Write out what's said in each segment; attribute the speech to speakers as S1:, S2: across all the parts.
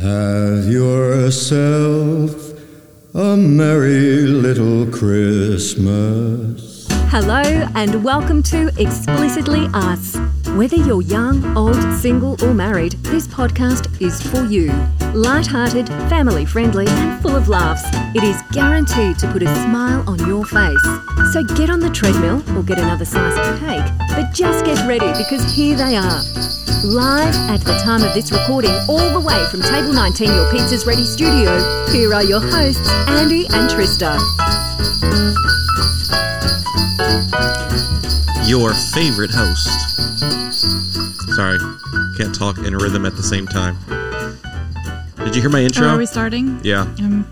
S1: Have yourself a merry little Christmas.
S2: Hello and welcome to Explicitly Us. Whether you're young, old, single, or married, this podcast is for you. Light-hearted, family-friendly, and full of laughs, it is guaranteed to put a smile on your face. So get on the treadmill or get another slice of cake, but just get ready because here they are. Live at the time of this recording, all the way from Table 19, your pizza's ready studio, here are your hosts, Andy and Trista.
S3: your favorite host. Sorry, can't talk in rhythm at the same time. Did you hear my intro?
S4: Oh, are we starting?
S3: yeah.
S4: Um,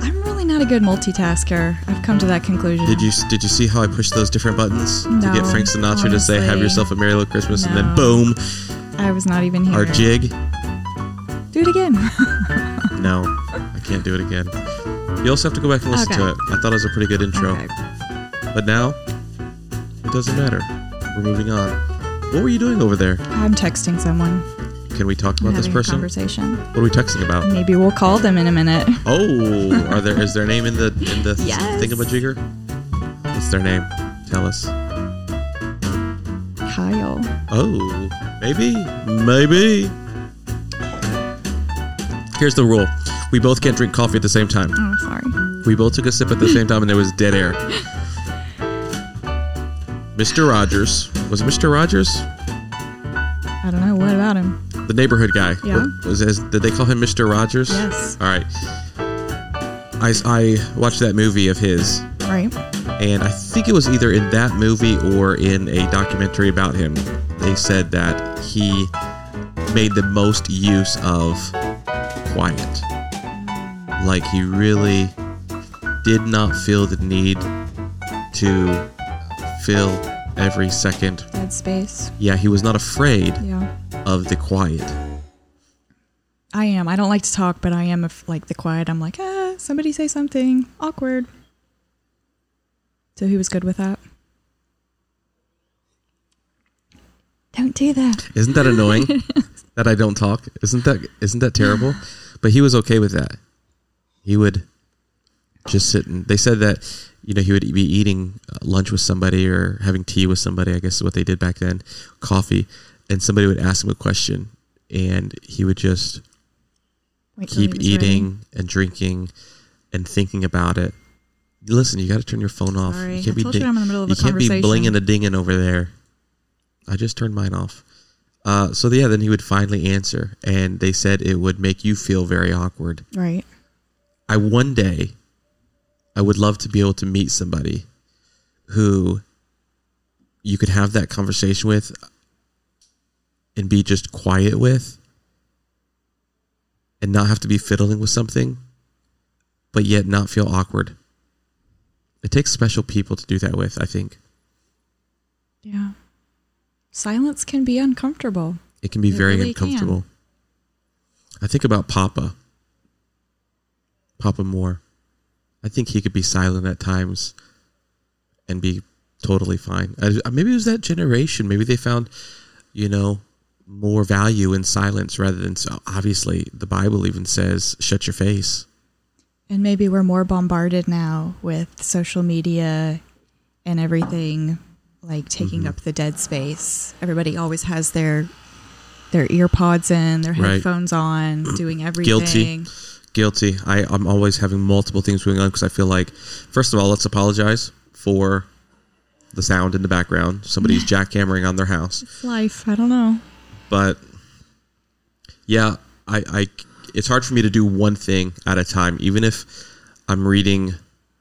S4: I'm really not a good multitasker. I've come to that conclusion.
S3: Did you did you see how I pushed those different buttons to
S4: No,
S3: get Frank Sinatra to say
S4: honestly.
S3: "Have yourself a merry little Christmas" and then
S4: No.
S3: boom,
S4: I was not even here.
S3: our jig?
S4: Do it again.
S3: No, I can't do it again. You also have to go back and listen to
S4: Okay.
S3: it. I thought it was a pretty good intro,
S4: Okay.
S3: but now it doesn't matter. We're moving on. What were you doing over there?
S4: I'm texting someone.
S3: Can we talk
S4: I'm
S3: about this
S4: having a
S3: person? What
S4: conversation.
S3: are we texting about?
S4: Maybe we'll call them in a minute.
S3: Oh, are there? Is their name in the in the
S2: Yes.
S3: thingamajigger? What's their name? Tell us.
S4: Kyle.
S3: Oh, maybe, maybe. Here's the rule: we both can't drink coffee at the same time.
S4: Oh, sorry.
S3: We both took a sip at the same time, and there was dead air. Mr. Rogers was it Mr. Rogers
S4: I don't know. What about him?
S3: the neighborhood guy?
S4: Yeah.
S3: Was, is- did they call him Mr. Rogers?
S4: Yes.
S3: All right. I, I watched that movie of his
S4: Right.
S3: And I think it was either in that movie or in a documentary about him. They said that he made the most use of quiet. Like he really did not feel the need to fill every second.
S4: Dead space.
S3: Yeah, he was not afraid
S4: Yeah.
S3: of the quiet.
S4: I am. I don't like to talk, but I am af- like the quiet. I'm like, ah, somebody say something. Awkward. So he was good with that. Don't do that.
S3: Isn't that annoying that I don't talk? Isn't that isn't that terrible? But he was okay with that. He would just sit and they said that you know he would be eating uh, lunch with somebody or having tea with somebody. I guess is what they did back then, coffee, and somebody would ask him a question, and he would just
S4: Wait till he
S3: keep
S4: was ready.
S3: eating and drinking and thinking about it. Listen, you got to turn your phone off.
S4: Sorry.
S3: You
S4: I told you I'm in the middle of
S3: you
S4: a
S3: can't be
S4: conversation.
S3: blinging a dinging over there. I just turned mine off. Uh, so yeah, then he would finally answer, and they said it would make you feel very awkward.
S4: Right.
S3: I one day, I would love to be able to meet somebody who you could have that conversation with and be just quiet with and not have to be fiddling with something, but yet not feel awkward. It takes special people to do that with, I think.
S4: Yeah. Silence can be uncomfortable.
S3: It can be
S4: It
S3: very
S4: really can.
S3: uncomfortable. I think about Papa. Papa Moore. I think he could be silent at times and be totally fine. I, I- maybe it was that generation. Maybe they found, you know, more value in silence rather than so obviously the Bible even says, shut your face.
S4: And maybe we're more bombarded now with social media and everything like taking
S3: Mm-hmm.
S4: up the dead space. Everybody always has their their ear pods in, their
S3: Right.
S4: headphones on, doing
S3: Guilty.
S4: everything.
S3: Guilty. I, I'm always having multiple things going on because I feel like, first of all, let's apologize for the sound in the background. Somebody's jackhammering on their house.
S4: It's life. I don't know.
S3: but yeah I, I it's hard for me to do one thing at a time even if i'm reading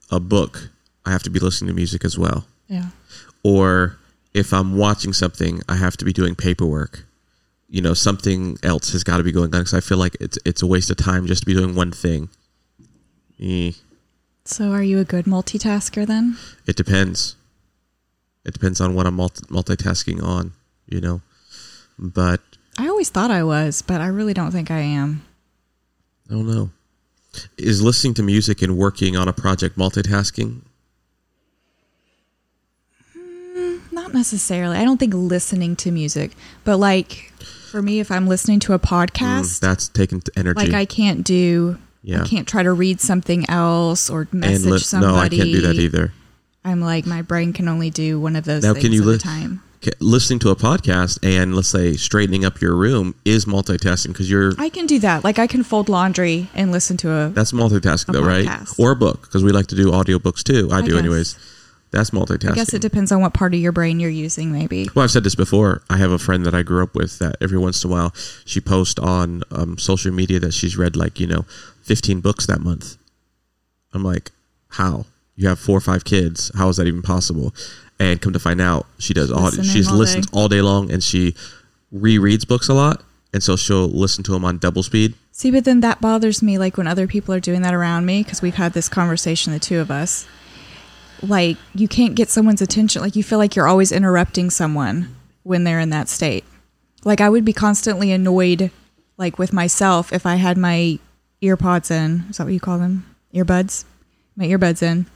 S3: a book i have to be listening to music as well
S4: Yeah.
S3: or if i'm watching something i have to be doing paperwork you know something else has got to be going on because i feel like it's it's a waste of time just to be doing one thing Eh,
S4: So are you a good multitasker then?
S3: it depends it depends on what i'm multi- multitasking on you know but
S4: I always thought I was, but I really don't think I am.
S3: I don't know. Is listening to music and Mm, working on a project multitasking?
S4: Not not necessarily. I don't think listening to music, but like for me, if I'm listening to a podcast,
S3: That's taking t- energy.
S4: like I can't do,
S3: Yeah.
S4: I can't try to read something else or message
S3: and li-
S4: somebody.
S3: No, I can't do that either.
S4: I'm like my brain can only do one of those
S3: Now,
S4: things
S3: can you
S4: at
S3: li-
S4: a time.
S3: K- listening to a podcast and let's say straightening up your room is multitasking because you're
S4: I can do that. Like I can fold laundry and listen to a.
S3: that's multitasking
S4: A
S3: though, right?
S4: podcast.
S3: Or a book because we like to do audiobooks too. I, do
S4: guess.
S3: anyways. That's multitasking.
S4: I guess it depends on what part of your brain you're using, maybe.
S3: Well, I've said this before. I have a friend that I grew up with that every once in a while she posts on um, social media that she's read like, you know, 15 books that month. I'm like, how? You have four or five kids. How is that even possible? And come to find out, she does all,
S4: Listening
S3: she's
S4: all
S3: listens
S4: day.
S3: all day long and she rereads books a lot. And so she'll listen to them on double speed.
S4: See, but then that bothers me, like when other people are doing that around me, because we've had this conversation, the two of us. Like, you can't get someone's attention. Like, you feel like you're always interrupting someone when they're in that state. Like, I would be constantly annoyed, like with myself, if I had my earpods in. Is that what you call them? Earbuds? My earbuds in.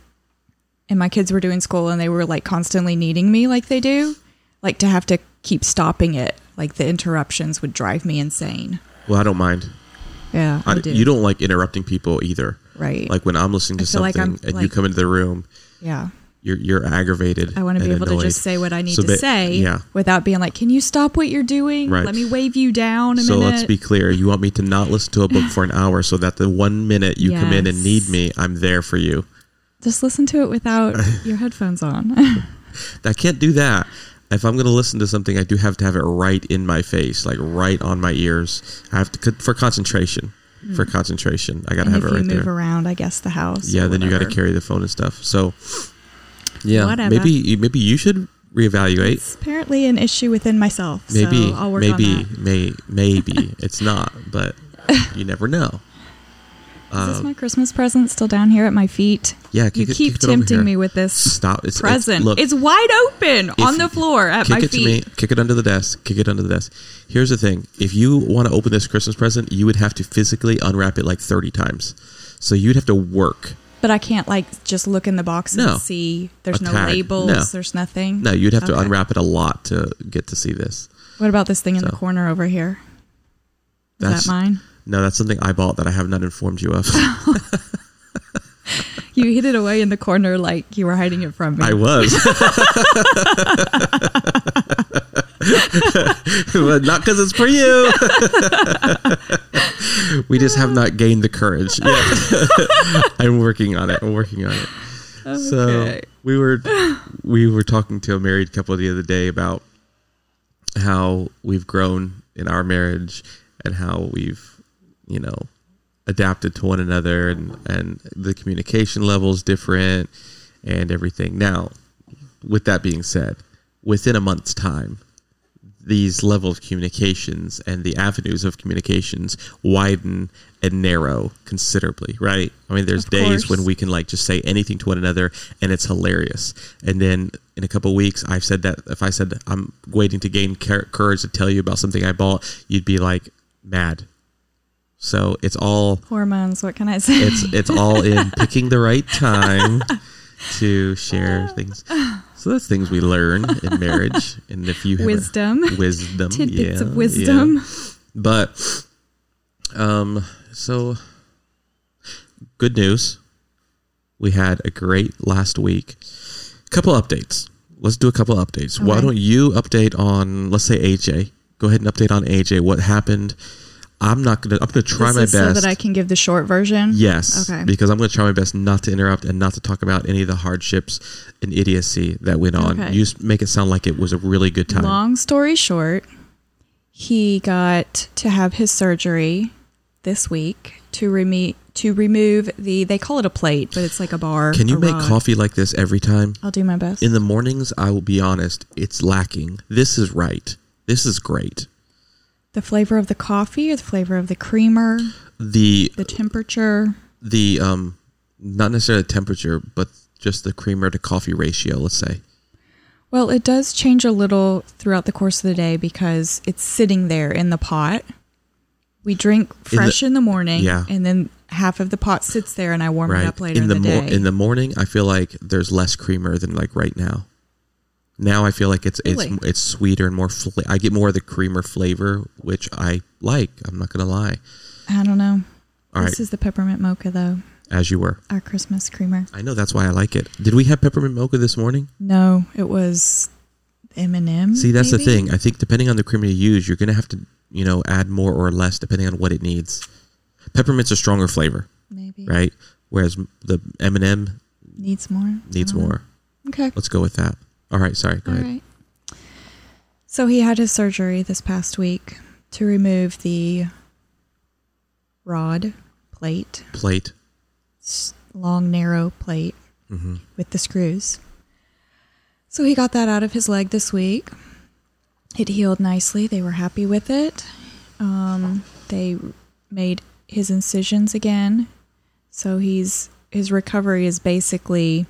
S4: And my kids were doing school and they were like constantly needing me, like they do. Like, to have to keep stopping it. Like, the interruptions would drive me insane.
S3: Well, I don't mind.
S4: Yeah, I,
S3: I,
S4: do.
S3: You don't like interrupting people either.
S4: Right.
S3: Like when I'm listening to
S4: I feel like
S3: something
S4: I'm,
S3: and you
S4: like-
S3: come into the room,
S4: Yeah.
S3: you're, you're aggravated.
S4: I want to be
S3: and
S4: able
S3: annoyed.
S4: to just say what I need
S3: So
S4: to
S3: ba-
S4: say
S3: Yeah.
S4: without being like, can you stop what you're doing?
S3: Right.
S4: Let me wave you down a
S3: So
S4: minute.
S3: let's be clear. You want me to not listen to a book for an hour so that the one minute you come in and
S4: Yes.
S3: need me, I'm there for you.
S4: just listen to it without your headphones on.
S3: I can't do that. If I'm going to listen to something, I do have to have it right in my face, like right on my ears. I have to, for concentration, for concentration, I got to
S4: Mm. and if
S3: have
S4: you
S3: it right
S4: move
S3: there.
S4: around, I guess the house.
S3: yeah,
S4: or
S3: then you got to
S4: whatever.
S3: carry the phone and stuff. So, yeah,
S4: Whatever.
S3: maybe you- maybe you should reevaluate.
S4: It's apparently an issue within myself.
S3: Maybe,
S4: so I'll work on
S3: maybe,
S4: that.
S3: may, maybe it's not, but you never know. Um,
S4: Is this my Christmas present still down here at my feet?
S3: uh, Yeah,
S4: you
S3: kick it-
S4: keep
S3: kick it over here.
S4: tempting me with this
S3: Stop. It's- it's-
S4: present. It's,
S3: look.
S4: wide open on
S3: If-
S4: the floor at
S3: kick
S4: my
S3: it
S4: feet.
S3: to me kick it under the desk kick it under the desk here's the thing if you want to open this christmas present you would have to physically unwrap it like 30 times so you'd have to work
S4: But I can't like just look in the box and
S3: No.
S4: see. There's
S3: A
S4: no
S3: tag.
S4: labels.
S3: No.
S4: There's nothing.
S3: no you'd have to
S4: Okay.
S3: unwrap it a lot to get to see this
S4: What about this thing in the
S3: So.
S4: corner over here? Is
S3: That's-
S4: that mine?
S3: no that's something i bought that i have not informed you of
S4: You hid it away in the corner like you were hiding it from me.
S3: i was but not because it's for you we just have not gained the courage yet i'm working on it i'm working on it So
S4: Okay.
S3: we were we were talking to a married couple the other day about how we've grown in our marriage and how we've you know adapted to one another and and the communication levels different and everything. Now, with that being said, within a month's time, these level of communications and the avenues of communications widen and narrow considerably, right? I mean, there's
S4: Of
S3: days
S4: course.
S3: when we can like just say anything to one another and it's hilarious. And then in a couple weeks, I've said that if I said that I'm waiting to gain car- courage to tell you about something I bought, you'd be like mad. So it's all
S4: Hormones, what can I say?
S3: it's it's all in picking the right time to share things. So that's things we learn in marriage, and if you have a-
S4: Wisdom.
S3: wisdom,
S4: Tidbits
S3: yeah,
S4: of wisdom.
S3: yeah. But um, so good news. We had a great last week. Couple updates. Let's do a couple updates. Why
S4: Okay.
S3: don't you update on let's say AJ? Go ahead and update on AJ. What happened? I'm not gonna. I'm gonna try
S4: This
S3: my
S4: is
S3: best.
S4: so that I can give the short version.
S3: Yes.
S4: Okay.
S3: Because I'm going to try my best not to interrupt and not to talk about any of the hardships and idiocy that went on.
S4: Okay.
S3: You s- make it sound like it was a really good time.
S4: Long story short, he got to have his surgery this week to reme- to remove the they call it a plate, but it's like a bar.
S3: Can you
S4: a
S3: make
S4: rod.
S3: coffee like this every time?
S4: I'll do my best.
S3: In the mornings, I will be honest, it's lacking. This is right. This is great.
S4: the flavor of the coffee or the flavor of the creamer,
S3: The
S4: the temperature.
S3: the um not necessarily temperature, but just the creamer to coffee ratio, let's say.
S4: Well, it does change a little throughout the course of the day because it's sitting there in the pot. We drink fresh in the, morning,
S3: yeah.
S4: and then half of the pot sits there, and I warm
S3: Right.
S4: it up later in
S3: in
S4: the,
S3: the, mor-
S4: day.
S3: in the morning, I feel like there's less creamer than like right now. Now I feel like it's
S4: Really?
S3: it's it's sweeter and more. Fla- I get more of the creamer flavor, which I like. I'm not gonna lie.
S4: I don't know.
S3: All
S4: this
S3: right,
S4: is the peppermint mocha though.
S3: as you were.
S4: Our Christmas creamer.
S3: I know that's why I like it. Did we have peppermint mocha this morning?
S4: No, it was M and M.
S3: See, that's the thing. I think depending on the creamer you use, you're gonna have to you know add more or less depending on what it needs. Peppermint's a stronger flavor,
S4: Maybe
S3: right? Whereas the M and M
S4: needs more.
S3: needs more.
S4: Okay.
S3: Let's go with that. All right. Sorry. Go
S4: Uh-huh. All
S3: ahead.
S4: right. So he had his surgery this past week to remove the rod plate,
S3: Plate.
S4: s- long narrow plate
S3: Mm-hmm.
S4: with the screws. So he got that out of his leg this week. It healed nicely. They were happy with it. Um, they made his incisions again. So he's his recovery is basically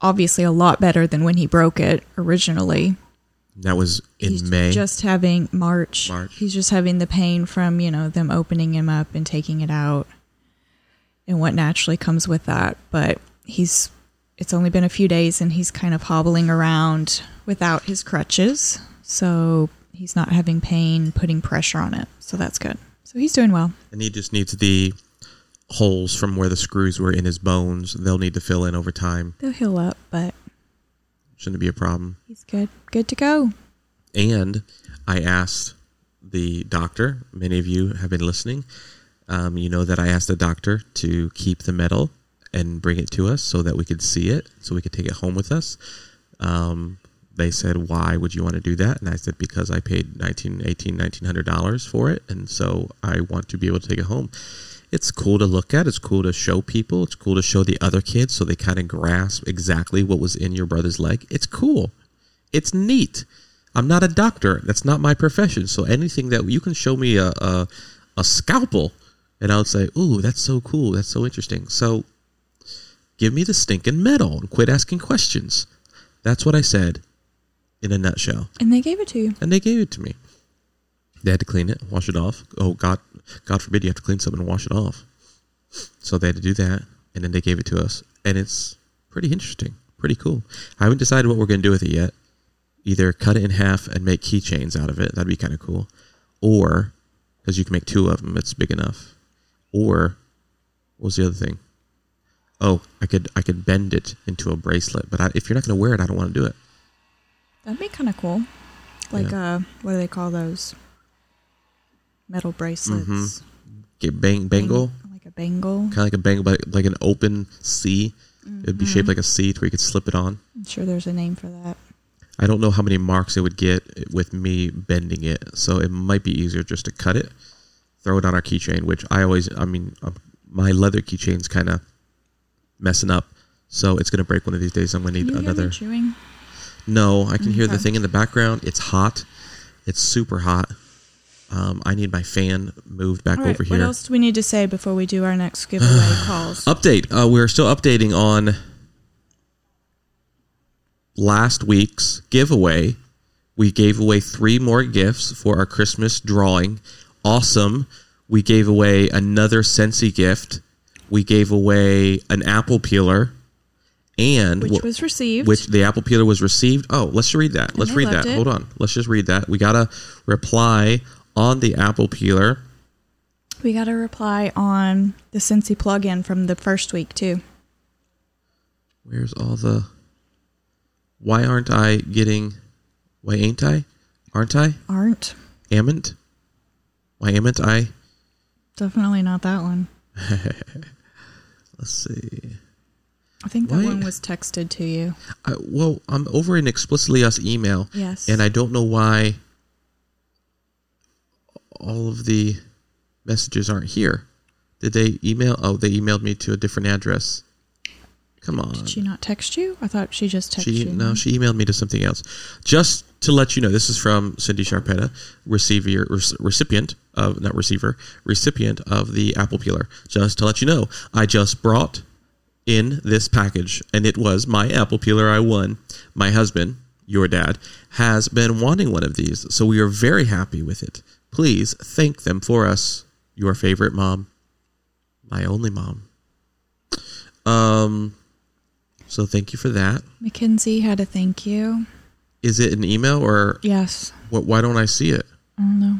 S4: obviously a lot better than when he broke it originally.
S3: That was in
S4: he's
S3: May.
S4: just having March.
S3: March.
S4: He's just having the pain from, you know, them opening him up and taking it out and what naturally comes with that. But he's, it's only been a few days and he's kind of hobbling around without his crutches. So he's not having pain, putting pressure on it. So that's good. So he's doing well.
S3: and he just needs the holes from where the screws were in his bones. They'll need to fill in over time.
S4: They'll heal up, but
S3: Shouldn't be a problem.
S4: he's good. Good to go.
S3: And I asked the doctor, many of you have been listening. Um, you know that I asked the doctor to keep the medal and bring it to us so that we could see it, so we could take it home with us. Um, they said, Why would you want to do that? And I said, Because I paid $19, 18 $1,900 for it. And so I want to be able to take it home. It's cool to look at. It's cool to show people. It's cool to show the other kids so they kind of grasp exactly what was in your brother's leg. It's cool. It's neat. I'm not a doctor. That's not my profession. So anything that you can show me a a, a scalpel, and I'll say, "Ooh, that's so cool. That's so interesting." So give me the stinking medal and quit asking questions. That's what I said, in a nutshell.
S4: And they gave it to you.
S3: And they gave it to me. They had to clean it, wash it off. Oh God, God forbid you have to clean something and wash it off. So they had to do that, and then they gave it to us, and it's pretty interesting, pretty cool. I haven't decided what we're gonna do with it yet. Either cut it in half and make keychains out of it. That'd be kind of cool, or because you can make two of them, it's big enough. Or what was the other thing? Oh, I could I could bend it into a bracelet, but I, if you're not gonna wear it, I don't want to do it.
S4: That'd be kind of cool. Like, uh, what do they call those? Metal bracelets.
S3: Mm-hmm. Get bang bangle.
S4: Like a bangle.
S3: kind of like a bang, but like an open C. It'd be
S4: Mm-hmm.
S3: shaped like a C to where you could slip it on.
S4: I'm sure there's a name for that.
S3: I don't know how many marks it would get with me bending it, so it might be easier just to cut it, throw it on our keychain, which I always, I mean, um, my leather keychain's kind of messing up, so it's gonna break one of these days. I'm gonna need
S4: Can you hear me
S3: another.
S4: chewing?
S3: No, I can hear the
S4: Okay.
S3: thing in the background. It's hot. It's super hot. Um, I need my fan moved back
S4: All right,
S3: over
S4: What
S3: here.
S4: else do we need to say before we do our next giveaway calls?
S3: update. Uh, we're still updating on last week's giveaway. We gave away three more gifts for our Christmas drawing. Awesome. We gave away another Sensi gift. We gave away an apple peeler, and
S4: Which
S3: wh-
S4: was received.
S3: which the apple peeler was received. Oh, let's just read that. Let's
S4: they
S3: read
S4: loved
S3: that.
S4: it.
S3: Hold on. Let's just read that. We got a reply on the apple peeler.
S4: we got a reply on the Cincy plugin from the first week too.
S3: Where's all the? Why aren't I getting? Why ain't I? Aren't I?
S4: Aren't
S3: Amn't? Why amn't I?
S4: definitely not that one.
S3: Let's see.
S4: I think that
S3: Why-
S4: one was texted to you.
S3: I, well, I'm over in explicitly us email.
S4: Yes.
S3: And I don't know why all of the messages aren't here. Did they email? Oh, they emailed me to a different address. Come on.
S4: Did she not text you? I thought she just texted
S3: She e-,
S4: you.
S3: no, she emailed me to something else. Just to let you know, this is from Cindy Sharpetta, receiver rec- recipient of not receiver recipient of the apple peeler. Just to let you know, I just brought in this package, and it was my apple peeler I won. My husband, your dad, has been wanting one of these, so we are very happy with it. Please thank them for us. Your favorite mom, my only mom. Um. So thank you for that.
S4: Mackenzie had a thank you.
S3: Is it an email or
S4: Yes.
S3: what, why don't I see it?
S4: I don't know.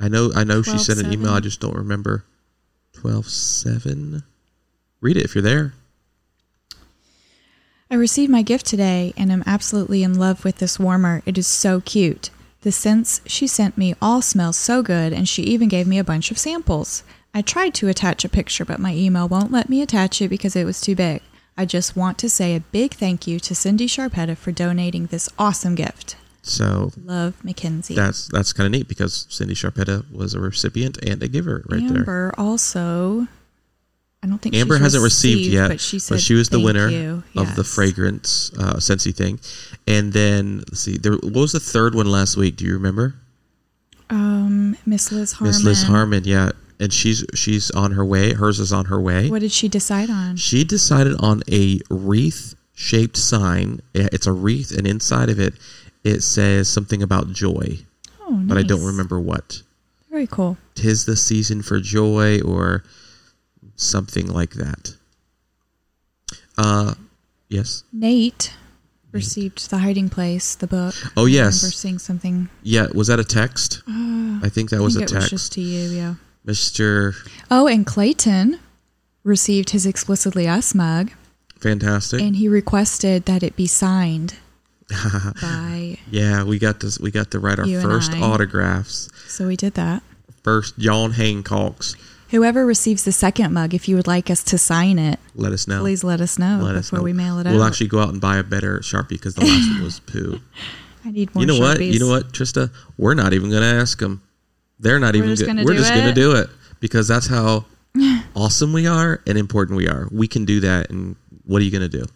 S3: I know I know she sent an email.
S4: 12/7.
S3: I just don't remember. Twelve seven. Read it if you're there.
S4: I received my gift today and am absolutely in love with this warmer. It is so cute. The scents she sent me all smell so good, and she even gave me a bunch of samples. I tried to attach a picture, but my email won't let me attach it because it was too big. I just want to say a big thank you to Cindy Sharpetta for donating this awesome gift.
S3: So
S4: Love, Mackenzie.
S3: that's that's kind of neat because Cindy Sharpetta was a recipient and a giver right
S4: Amber
S3: there.
S4: also. I don't think
S3: Amber
S4: she's
S3: hasn't received, yet,
S4: but she, said
S3: was the
S4: thank
S3: winner
S4: you.
S3: of the
S4: Yes.
S3: fragrance uh, scentsy thing. And then let's see, there, what was the third one last week? Do you remember?
S4: Um, Miss Liz Harmon.
S3: Miss Liz Harmon, yeah, and she's she's on her way. Hers is on her way.
S4: What did she decide on?
S3: She decided on a wreath shaped sign. It- It's a wreath, and inside of it, it says something about joy,
S4: Oh, nice.
S3: but I don't remember what.
S4: Very cool.
S3: Tis the season for joy, or something like that. Uh, yes,
S4: Nate received the hiding place, the book.
S3: Oh,
S4: I
S3: yes.
S4: remember seeing something.
S3: yeah. Was that a text? I think that was a
S4: I think it was
S3: text,
S4: just to you, yeah.
S3: Mister
S4: Oh, and Clayton received his explicitly us mug,
S3: Fantastic.
S4: and he requested that it be signed by.
S3: yeah, we got to we got to write our
S4: You and
S3: first
S4: I.
S3: autographs,
S4: So we did that.
S3: first John Hancock's.
S4: Whoever receives the second mug, if you would like us to sign it,
S3: Let us know.
S4: please let us know
S3: Oh. Let us
S4: Oh, before
S3: know.
S4: we mail it
S3: We'll
S4: out.
S3: actually go out and buy a better Sharpie because the last one was poo.
S4: I need more.
S3: you know what? You
S4: Sharpies.
S3: know what, Trista? We're not even going to ask them. They're not even
S4: just
S3: go-
S4: gonna
S3: We're
S4: do
S3: just going to
S4: it?
S3: do it because that's how awesome we are and important we are. We can do that. And what are you going to do?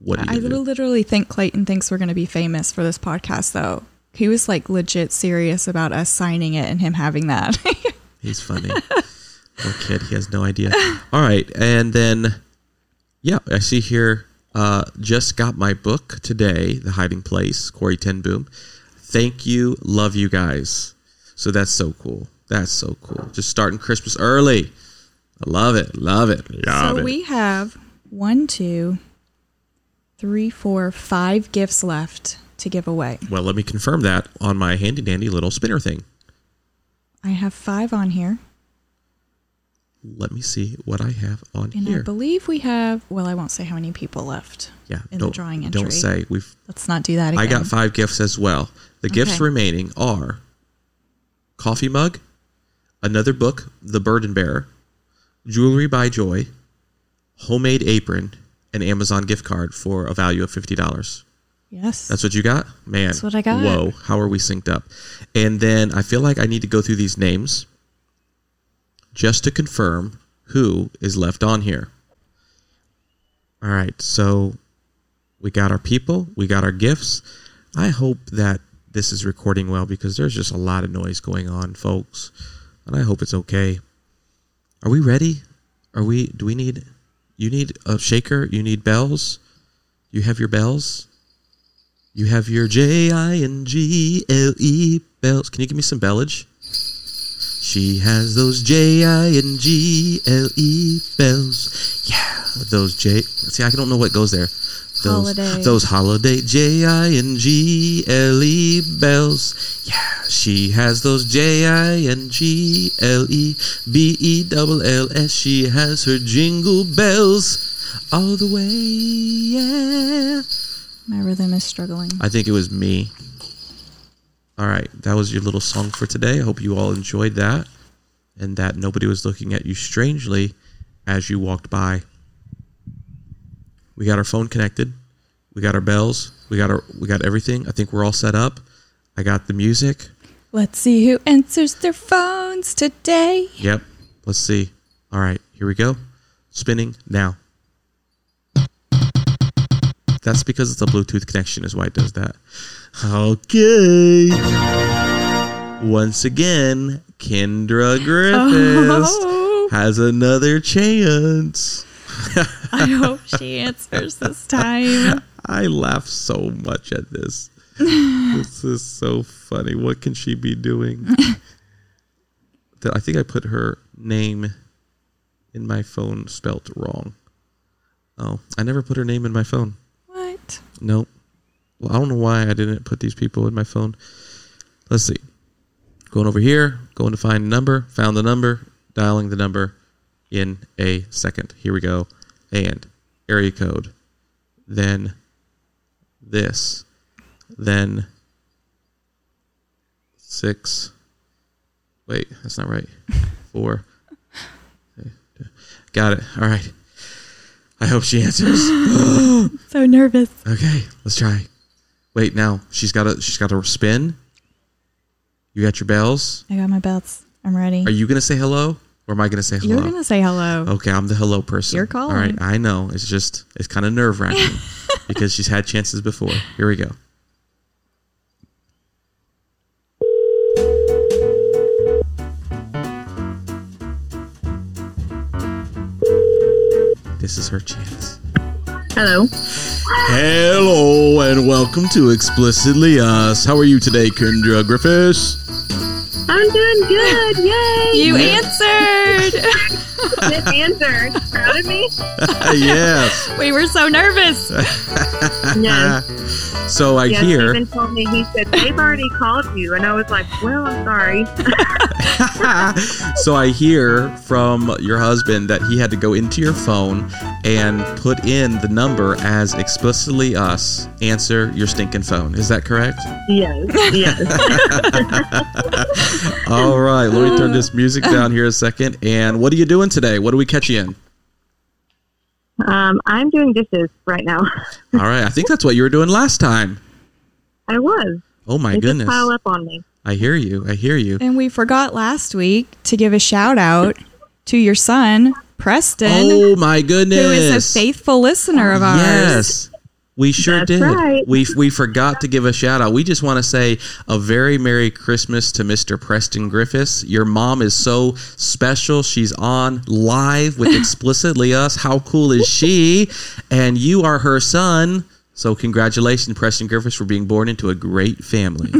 S3: What are you
S4: I
S3: going to do?
S4: literally think Clayton thinks we're going to be famous for this podcast, though. He was like legit serious about us signing it and him having that.
S3: He's funny. Poor kid. He has no idea. All right. And then, yeah, I see here, uh, just got my book today, The Hiding Place, Corey Ten Boom. Thank you. Love you guys. So that's so cool. That's so cool. Just starting Christmas early. I love it. Love it. Love
S4: so
S3: it.
S4: we have one, two, three, four, five gifts left to give away.
S3: well, let me confirm that on my handy dandy little spinner thing.
S4: I have five on here,
S3: Let me see what I have on
S4: and I
S3: here.
S4: believe we have. Well, I won't say how many people left.
S3: yeah,
S4: in the
S3: don't,
S4: drawing
S3: Don't
S4: entry.
S3: say we've
S4: Let's not do that again.
S3: I got five gifts as well. The gifts
S4: Okay.
S3: remaining are coffee mug, another book, The Burden Bearer, jewelry by Joy, homemade apron, an Amazon gift card for a value of fifty dollars.
S4: Yes.
S3: That's what you got, man.
S4: That's what I got.
S3: Whoa, how are we synced up? And then I feel like I need to go through these names just to confirm who is left on here. All right, so we got our people, we got our gifts. I hope that this is recording well because there's just a lot of noise going on, folks, and I hope it's okay. Are we ready? Are we? Do we need? You need a shaker. You need bells. You have your bells. You have your J I N G L E bells. Can you give me some bellage? She has those J I N G L E bells. Yeah, those J. See, I don't know what goes there. Those,
S4: Holiday.
S3: Those holiday J I N G L E bells. Yeah, she has those J I N G L E B E double L S. She has her jingle bells all the way. Yeah.
S4: My rhythm is struggling.
S3: I think it was me. All right, that was your little song for today. I hope you all enjoyed that and that nobody was looking at you strangely as you walked by. We got our phone connected. We got our bells. We got our we got everything. I think we're all set up. I got the music.
S4: Let's see who answers their phones today.
S3: Yep. Let's see. All right, here we go. Spinning now. That's because it's a Bluetooth connection, is why it does that. Okay. Once again, Kendra Griffiths
S4: Oh.
S3: has another chance.
S4: I hope she answers this time.
S3: I laugh so much at this. this is so funny. What can she be doing? Th- I think I put her name in my phone spelt wrong. Oh, I never put her name in my phone.
S4: What?
S3: Nope. Well, I don't know why I didn't put these people in my phone. Let's see. Going over here, going to find a number, found the number, dialing the number in a second. Here we go. And area code. Then this. Then six. Wait, that's not right. Four. Got it. All right. I hope she answers.
S4: So nervous.
S3: Okay, let's try. Wait, now she's got to she's got to spin. You got your bells.
S4: I got my belts. I'm ready.
S3: Are you gonna say hello, or am I gonna say hello?
S4: You're gonna say hello.
S3: okay, I'm the hello person.
S4: You're calling.
S3: All right, I know. It's just it's kind of nerve wracking because she's had chances before. Here we go. This is her chance.
S5: Hello.
S3: Hello and welcome to Explicitly Us. How are you today, Kendra Griffiths?
S5: I'm doing good.
S3: Oh.
S5: Yay.
S4: You answered.
S5: Good answer. Proud of me?
S3: yes.
S4: we were so nervous.
S5: Yes.
S3: So I
S5: yes,
S3: hear.
S5: Stephen told me, he said, they've already called you. And I was like, well, I'm sorry.
S3: so I hear from your husband that he had to go into your phone and put in the number as explicitly us answer your stinking phone. Is that correct?
S5: yes. Yes.
S3: All right, let me turn this music down here a second. And what are you doing today? What do we catch you in?
S5: Um, I'm doing dishes right now.
S3: All right, I think that's what you were doing last time.
S5: I was.
S3: Oh my
S5: They just
S3: goodness.
S5: pile up on me.
S3: I hear you. I hear you.
S4: And we forgot last week to give a shout out to your son, Preston,
S3: Oh my goodness.
S4: who is a faithful listener of ours.
S3: Yes. We sure
S5: That's
S3: did.
S5: right.
S3: We we forgot to give a shout out. We just want to say a very merry Christmas to Mr. Preston Griffiths. Your mom is so special. She's on live with explicitly us. How cool is she? And you are her son. So congratulations, Preston Griffiths, for being born into a great family.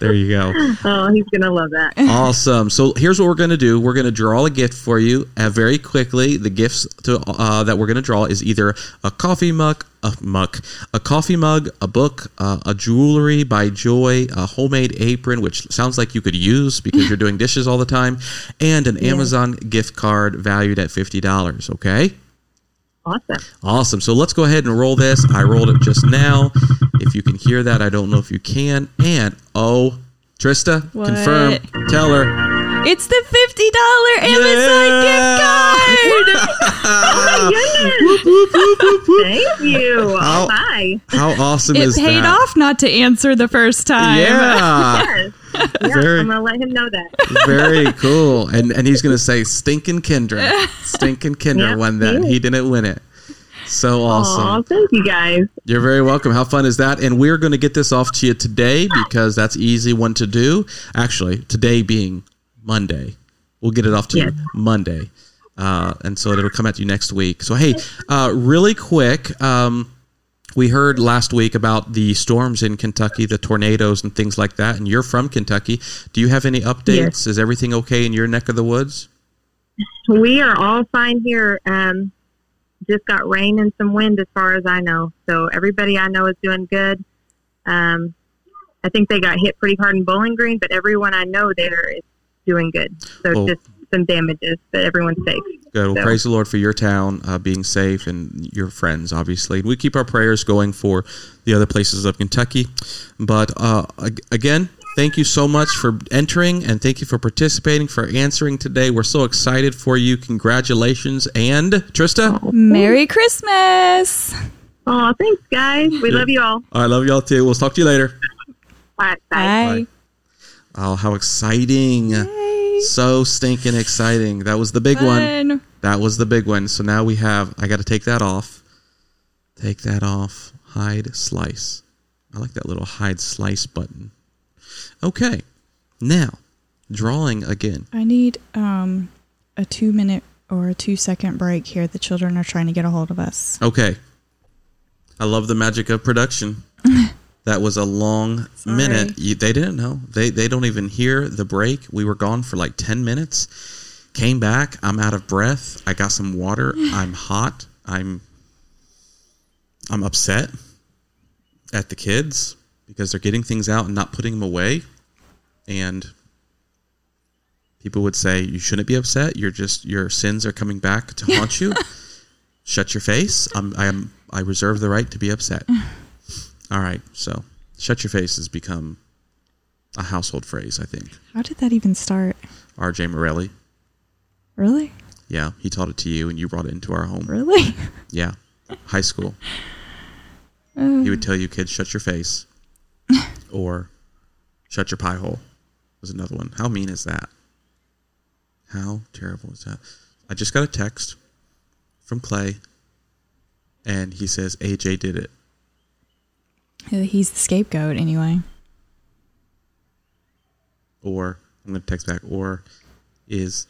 S3: there you go.
S5: Oh, he's going to love that.
S3: Awesome. So here's what we're going to do. We're going to draw a gift for you uh, very quickly. The gifts to, uh, that we're going to draw is either a coffee mug, a mug, a coffee mug, a book, uh, a jewelry by Joy, a homemade apron, which sounds like you could use because you're doing dishes all the time, and an Amazon gift card valued at fifty dollars. Okay.
S5: Awesome.
S3: Awesome. So let's go ahead and roll this. I rolled it just now. If you can hear that, I don't know if you can. And oh, Trista,
S4: What?
S3: confirm. Tell her.
S4: It's the fifty dollar Amazon gift card.
S3: Uh,
S5: Thank you.
S3: How-
S5: Oh, my.
S3: How awesome
S4: it
S3: is
S4: paid
S3: that?
S4: off not to answer the first time.
S3: Yeah,
S5: Yes. Yeah,
S3: Very-
S5: I'm going to let him know that.
S3: very cool. And and he's gonna say stinking Kendra, stinking Kendra
S5: Yeah,
S3: won that.
S5: he
S3: He didn't win it. So awesome.
S5: Aw, thank you guys.
S3: You're very welcome. How fun is that? And we're going to get this off to you today because that's easy one to do. Actually, today being Monday, we'll get it off to
S5: Yes.
S3: you Monday, uh, and so it'll come at you next week. So hey, uh, really quick. Um, we heard last week about the storms in Kentucky, the tornadoes and things like that. And you're from Kentucky. Do you have any updates?
S5: Yes.
S3: Is everything okay in your neck of the woods?
S5: We are all fine here. Um, just got rain and some wind, as far as I know. So everybody I know is doing good. Um, I think they got hit pretty hard in Bowling Green, but everyone I know there is doing good. So
S3: Oh.
S5: just some damages, but everyone's safe.
S3: Good. Well,
S5: So-
S3: praise the Lord for your town uh, being safe and your friends, obviously. We keep our prayers going for the other places of Kentucky. But uh, ag- again, thank you so much for entering and thank you for participating, for answering today. We're so excited for you. Congratulations. And Trista,
S4: Merry Christmas.
S5: Oh, thanks, guys. We love you all.
S3: I love y'all too. We'll talk to you later.
S5: All right,
S4: Bye.
S5: bye.
S3: Oh, how exciting! So stinking exciting. That was the big one.
S4: Fun.
S3: That was the big one. So now we have, I got to take that off. Take that off. Hide, slice. I like that little hide, slice button. Okay. Now, drawing again.
S4: I need um a two minute or a two second break here. The children are trying to get a hold of us.
S3: Okay. I love the magic of production. that was a long
S4: Sorry.
S3: minute. You, they didn't know. They, they don't even hear the break. We were gone for like 10 minutes. Came back. I'm out of breath. I got some water. I'm hot. I'm I'm upset at the kids because they're getting things out and not putting them away. And people would say you shouldn't be upset. You're just your sins are coming back to haunt you. shut your face. I'm, I am I reserve the right to be upset. All right, so shut your face has become a household phrase. I think
S4: How did that even start?
S3: R.J. Morelli.
S4: Really?
S3: Yeah, he taught it to you, and you brought it into our home.
S4: Really?
S3: Yeah, high school.
S4: Oh.
S3: He would tell you kids, shut your face, or shut your pie hole. Was another one. How mean is that? How terrible is that? I just got a text from Clay, and he says AJ did it.
S4: Uh, He's the scapegoat anyway.
S3: or I'm going to text back, or is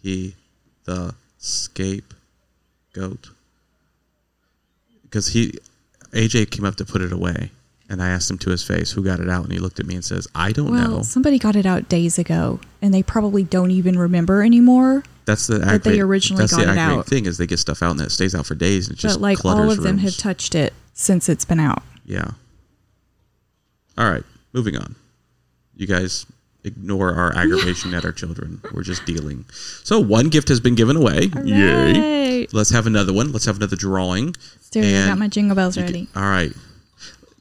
S3: he the scapegoat? Because he, AJ came up to put it away, and I asked him to his face who got it out, and he looked at me and says, "I don't
S4: Well,
S3: know."
S4: somebody got it out days ago, and they probably don't even remember anymore.
S3: That's the
S4: that they
S3: aggravating-
S4: originally
S3: that's
S4: got it
S3: the aggravating
S4: out.
S3: thing is they get stuff out and it stays out for days and it just
S4: but like
S3: clutters
S4: all of them have
S3: rooms.
S4: touched it since it's been out.
S3: Yeah. All right, moving on. You guys ignore our aggravation at our children. We're just dealing. So one gift has been given away.
S4: Hooray.
S3: Let's have another one. Let's have another drawing.
S4: Dude, I got
S3: And
S4: my jingle bells
S3: you
S4: ready.
S3: can- all right.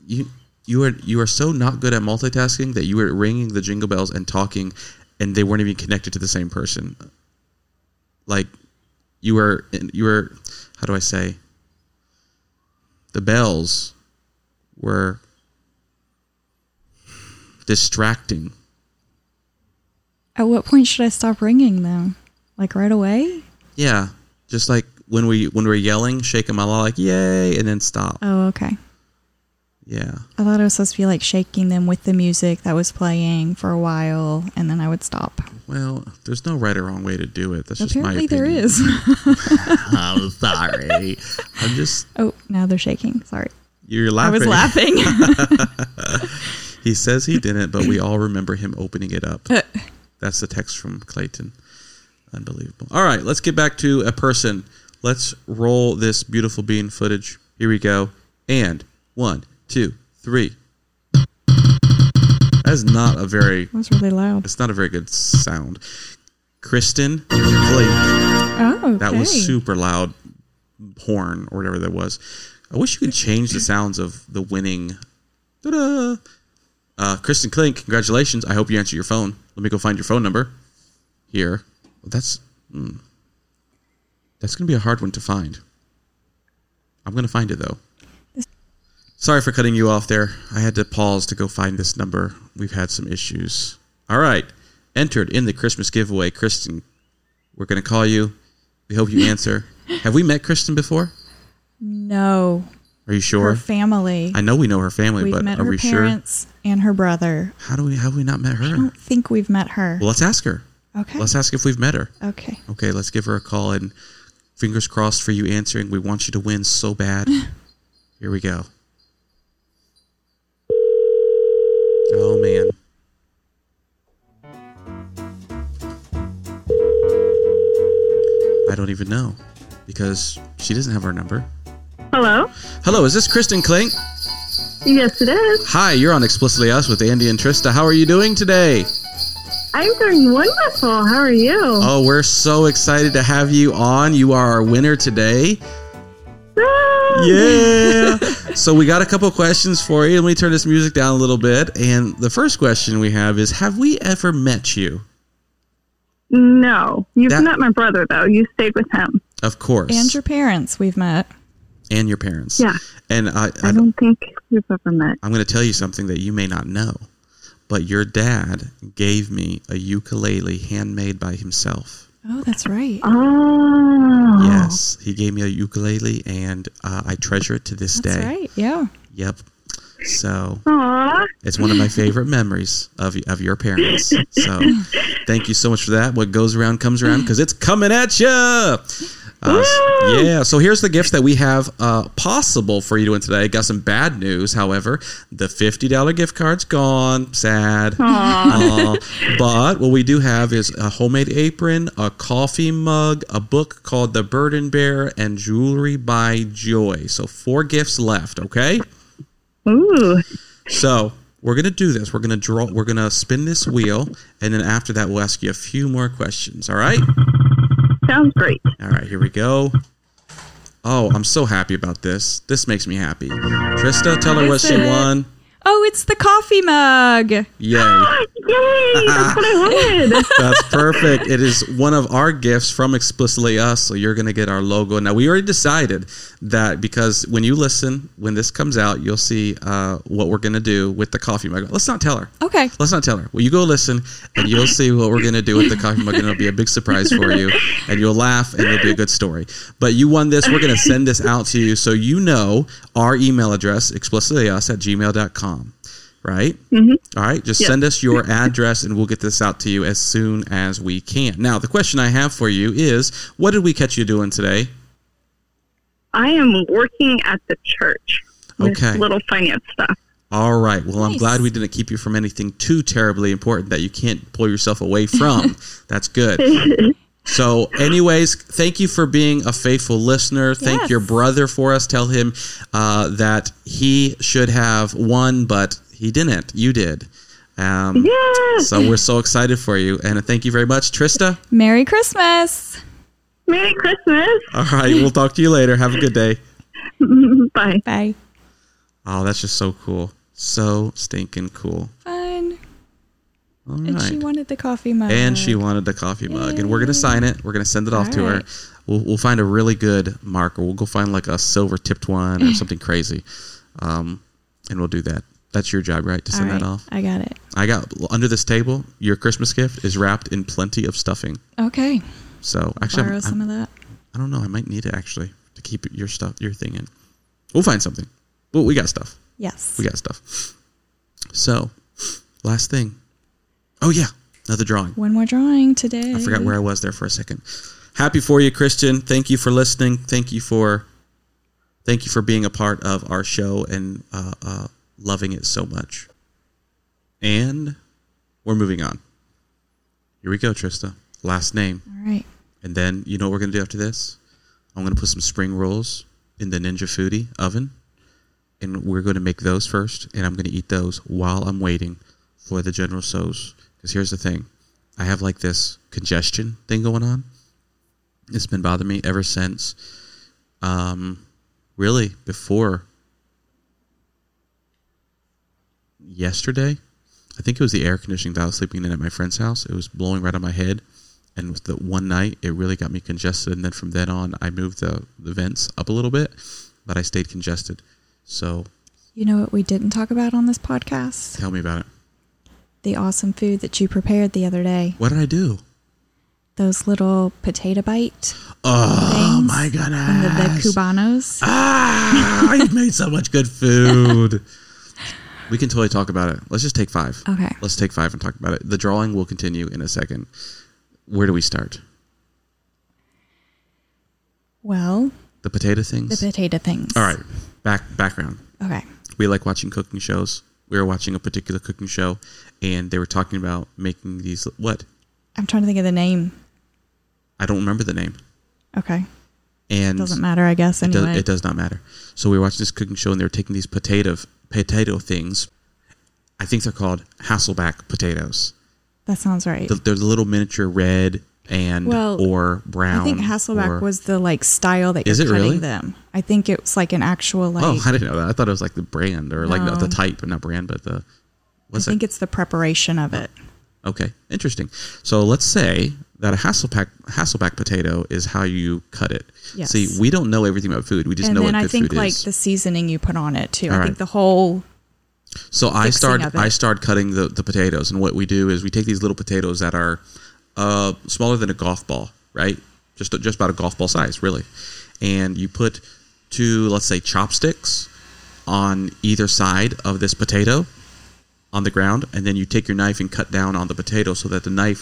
S3: You you are you are so not good at multitasking that you were ringing the jingle bells and talking, and they weren't even connected to the same person. Like you were you were how do I say? The bells were distracting.
S4: At what point should I stop ringing them? Like right away?
S3: Yeah, just like when we when we're yelling, shake them all like yay, and then stop.
S4: Oh, okay.
S3: Yeah.
S4: I thought I was supposed to be like shaking them with the music that was playing for a while, and then I would stop.
S3: Well, there's no right or wrong way to do it. That's
S4: Apparently,
S3: just my
S4: there
S3: opinion.
S4: is.
S3: I'm sorry. I'm just
S4: oh, now they're shaking. Sorry,
S3: you're
S4: I
S3: laughing.
S4: was laughing.
S3: He says he didn't, but we all remember him opening it up. That's the text from Clayton. Unbelievable. All right, let's get back to a person. Let's roll this beautiful bean footage. Here we go. And one, two, three. That is not a very
S4: that was really loud.
S3: it's not a very good sound. Kristen Blake.
S4: Oh, okay.
S3: That was super loud horn or whatever that was. I wish you could change the sounds of the winning. Ta-da! Uh, Kristen Klink, congratulations. I hope you answered your phone. Let me go find your phone number here. Well, that's hmm. that's going to be a hard one to find. I'm going to find it though. Sorry for cutting you off there. I had to pause to go find this number. We've had some issues. All right. Entered in the Christmas giveaway, Kristen. We're going to call you. We hope you answer. Have we met Kristen before?
S4: No,
S3: Are you sure?
S4: her family.
S3: I know we know her family,
S4: We've
S3: but
S4: met
S3: are
S4: her
S3: we
S4: parents and her brother.
S3: sure? How do we have we not met her?
S4: I don't think we've met her.
S3: Well, let's ask her.
S4: Okay.
S3: Let's ask if we've met her.
S4: Okay.
S3: Okay, let's give her a call and fingers crossed for you answering. We want you to win so bad. Here we go. Oh man. I don't even know because she doesn't have our number.
S5: Hello?
S3: Hello, is this Kristen Klink?
S5: Yes, it is.
S3: Hi, you're on Explicitly Us with Andy and Trista. How are you doing today?
S5: I'm doing wonderful. How are you?
S3: Oh, we're so excited to have you on. You are our winner today.
S5: Ah!
S3: Yeah. so we got a couple questions for you. Let me turn this music down a little bit. And the first question we have is Have we ever met you?
S5: No, you've
S3: That-
S5: met my brother though. You stayed with him.
S3: Of course.
S4: And your parents we've met.
S3: And your parents.
S5: Yeah.
S3: And I,
S5: I
S3: I
S5: don't think we've ever met.
S3: I'm going to tell you something that you may not know, but your dad gave me a ukulele handmade by himself.
S4: Oh, that's right.
S5: Oh,
S3: Yes, he gave me a ukulele, and uh, I treasure it to this
S4: That's
S3: day.
S4: right. Yeah.
S3: Yep. So
S5: Aw,
S3: It's one of my favorite memories of of your parents. So, thank you so much for that. What goes around comes around because it's coming at you. Uh, s- yeah. So here's the gifts that we have uh, possible for you to win today. Got some bad news, however. The $50 gift card's gone. Sad. Uh, but what we do have is a homemade apron, a coffee mug, a book called The Burden Bearer, and jewelry by Joy. So four gifts left, okay?
S5: Ooh.
S3: So we're gonna do this. We're gonna draw. We're gonna spin this wheel, and then after that, we'll ask you a few more questions. All right.
S5: Sounds great.
S3: All right. Here we go. Oh, I'm so happy about this. This makes me happy. Trista, tell her what
S4: Is
S3: she
S4: it?
S3: won.
S4: Oh, it's the coffee mug.
S3: Yay.
S5: Yay! That's what I wanted.
S3: That's perfect. It is one of our gifts from Explicitly Us. So you're going to get our logo. Now, we already decided that because when you listen, when this comes out, you'll see uh, what we're going to do with the coffee mug. Let's not tell her.
S4: Okay.
S3: Let's not tell her. Well, you go listen, and you'll see what we're gonna do with the coffee mug, and it'll be a big surprise for you, and you'll laugh, and it'll be a good story. But you won this. We're gonna send this out to you, so you know our email address, explicitly us at gmail.com, right? Mm-hmm. right, just send us your address, and we'll get this out to you as soon as we can. Now, the question I have for you is, what did we catch you doing today?
S5: I am working at the church. with
S3: Okay.
S5: Little finance stuff.
S3: All right. Well, I'm
S4: Nice.
S3: glad we didn't keep you from anything too terribly important that you can't pull yourself away from. That's good. So, anyways, thank you for being a faithful listener. Thank
S4: Yes.
S3: your brother for us. Tell him uh, that he should have won, but he didn't. You did. Um,
S5: Yes.
S3: So, we're so excited for you. And thank you very much, Trista.
S4: Merry Christmas.
S5: Merry Christmas.
S3: All right. We'll talk to you later. Have a good day.
S5: Bye.
S4: Bye.
S3: Oh, that's just so cool. So stinking cool.
S4: Fun.
S3: All right.
S4: And she wanted the coffee mug.
S3: And she wanted the coffee mug, and we're gonna sign it. We're gonna send it off to her.
S4: Alright.
S3: We'll, we'll find a really good marker. We'll go find like a silver tipped one or something crazy, um, and we'll do that. That's your job, right? To
S4: All
S3: send
S4: right.
S3: that off.
S4: I got it.
S3: I got under this table. Your Christmas gift is wrapped in plenty of stuffing.
S4: Okay.
S3: So actually,
S4: Borrow
S3: I'm, I'm,
S4: some of that.
S3: I do not know. I might need it actually to keep your stuff, your thing in. We'll find something. Well, we got stuff.
S4: Yes.
S3: We got stuff. So, last thing. Oh yeah, another drawing.
S4: One more drawing today.
S3: I forgot where I was there for a second. Happy for you, Christian. Thank you for listening. Thank you for thank you for being a part of our show and uh, uh, loving it so much. And we're moving on. Here we go, Trista. Last name,
S4: All right.
S3: and then you know what we're gonna do after this. I'm gonna put some spring rolls in the Ninja Foodie oven, and we're gonna make those first. And I'm gonna eat those while I'm waiting for the General So's. Because here's the thing, I have like this congestion thing going on. It's been bothering me ever since, um, really before yesterday. I think it was the air conditioning that I was sleeping in at my friend's house. It was blowing right on my head, and with the one night, it really got me congested. And then from then on, I moved the the vents up a little bit, but I stayed congested. So
S4: You know what we didn't talk about on this podcast?
S3: tell me about it.
S4: The awesome food that you prepared the other day.
S3: What did I do?
S4: Those little potato bite
S3: Oh
S4: Things
S3: my goodness!
S4: from the, the Cubanos.
S3: Ah, I've made so much good food. we can totally talk about it. Let's just take five.
S4: Okay.
S3: Let's take five and talk about it. The drawing will continue in a second. Where do we start?
S4: Well,
S3: The potato things.
S4: the potato things.
S3: All right. Back background.
S4: Okay.
S3: We like watching cooking shows. We were watching a particular cooking show, and they were talking about making these. What?
S4: I'm trying to think of the name.
S3: I don't remember the name.
S4: Okay.
S3: And
S4: Doesn't matter, I guess,
S3: It,
S4: anyway.
S3: does, it does not matter. So we were watching this cooking show, and they were taking these potato potato things. I think they're called Hasselback potatoes.
S4: That sounds right.
S3: The, they're the little miniature red and
S4: Well,
S3: or brown.
S4: I think Hasselback
S3: or-
S4: was the like style that you're
S3: Is it
S4: cutting
S3: really?
S4: them. I think it was like an actual like
S3: Oh, I didn't know that. I thought it was like the brand or like not the
S4: No.
S3: type, not brand, but the.
S4: I
S3: What's it?
S4: think it's the preparation of it.
S3: Okay, interesting. So let's say that a Hasselback Hasselback potato is how you cut it.
S4: Yes.
S3: See, we don't know everything about food. We just
S4: and
S3: know
S4: then
S3: what
S4: I
S3: good
S4: think
S3: food
S4: like
S3: is.
S4: the seasoning you put on it too.
S3: All
S4: I
S3: right.
S4: think the whole
S3: So I
S4: fixing
S3: start
S4: of it.
S3: I start cutting the, the potatoes, and what we do is we take these little potatoes that are uh, smaller than a golf ball, right? Just just about a golf ball size, really. And you put two, let's say, chopsticks on either side of this potato on the ground, and then you take your knife and cut down on the potato so that the knife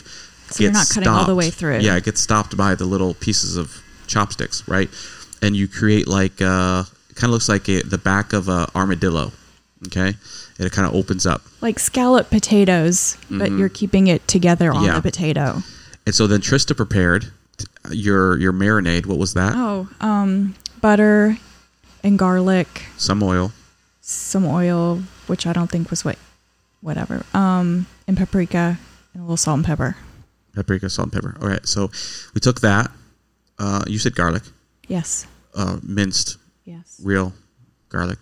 S4: So you're not cutting all the way through.
S3: Yeah, it gets stopped by the little pieces of chopsticks, right? And you create like uh, kind of looks like a, the back of a armadillo. Okay, and it kind of opens up,
S4: Like scallop potatoes, but you're keeping it together on
S3: Mm-hmm. Yeah.
S4: the potato.
S3: and so then Trista prepared your your marinade. What was that?
S4: Oh, um, butter and garlic,
S3: Some oil.
S4: some oil, which I don't think was what, whatever, um, and paprika and a little salt and pepper.
S3: paprika, salt, and pepper. All right, so we took that. Uh, you said garlic,
S4: Yes.
S3: uh, minced
S4: Yes.
S3: real garlic,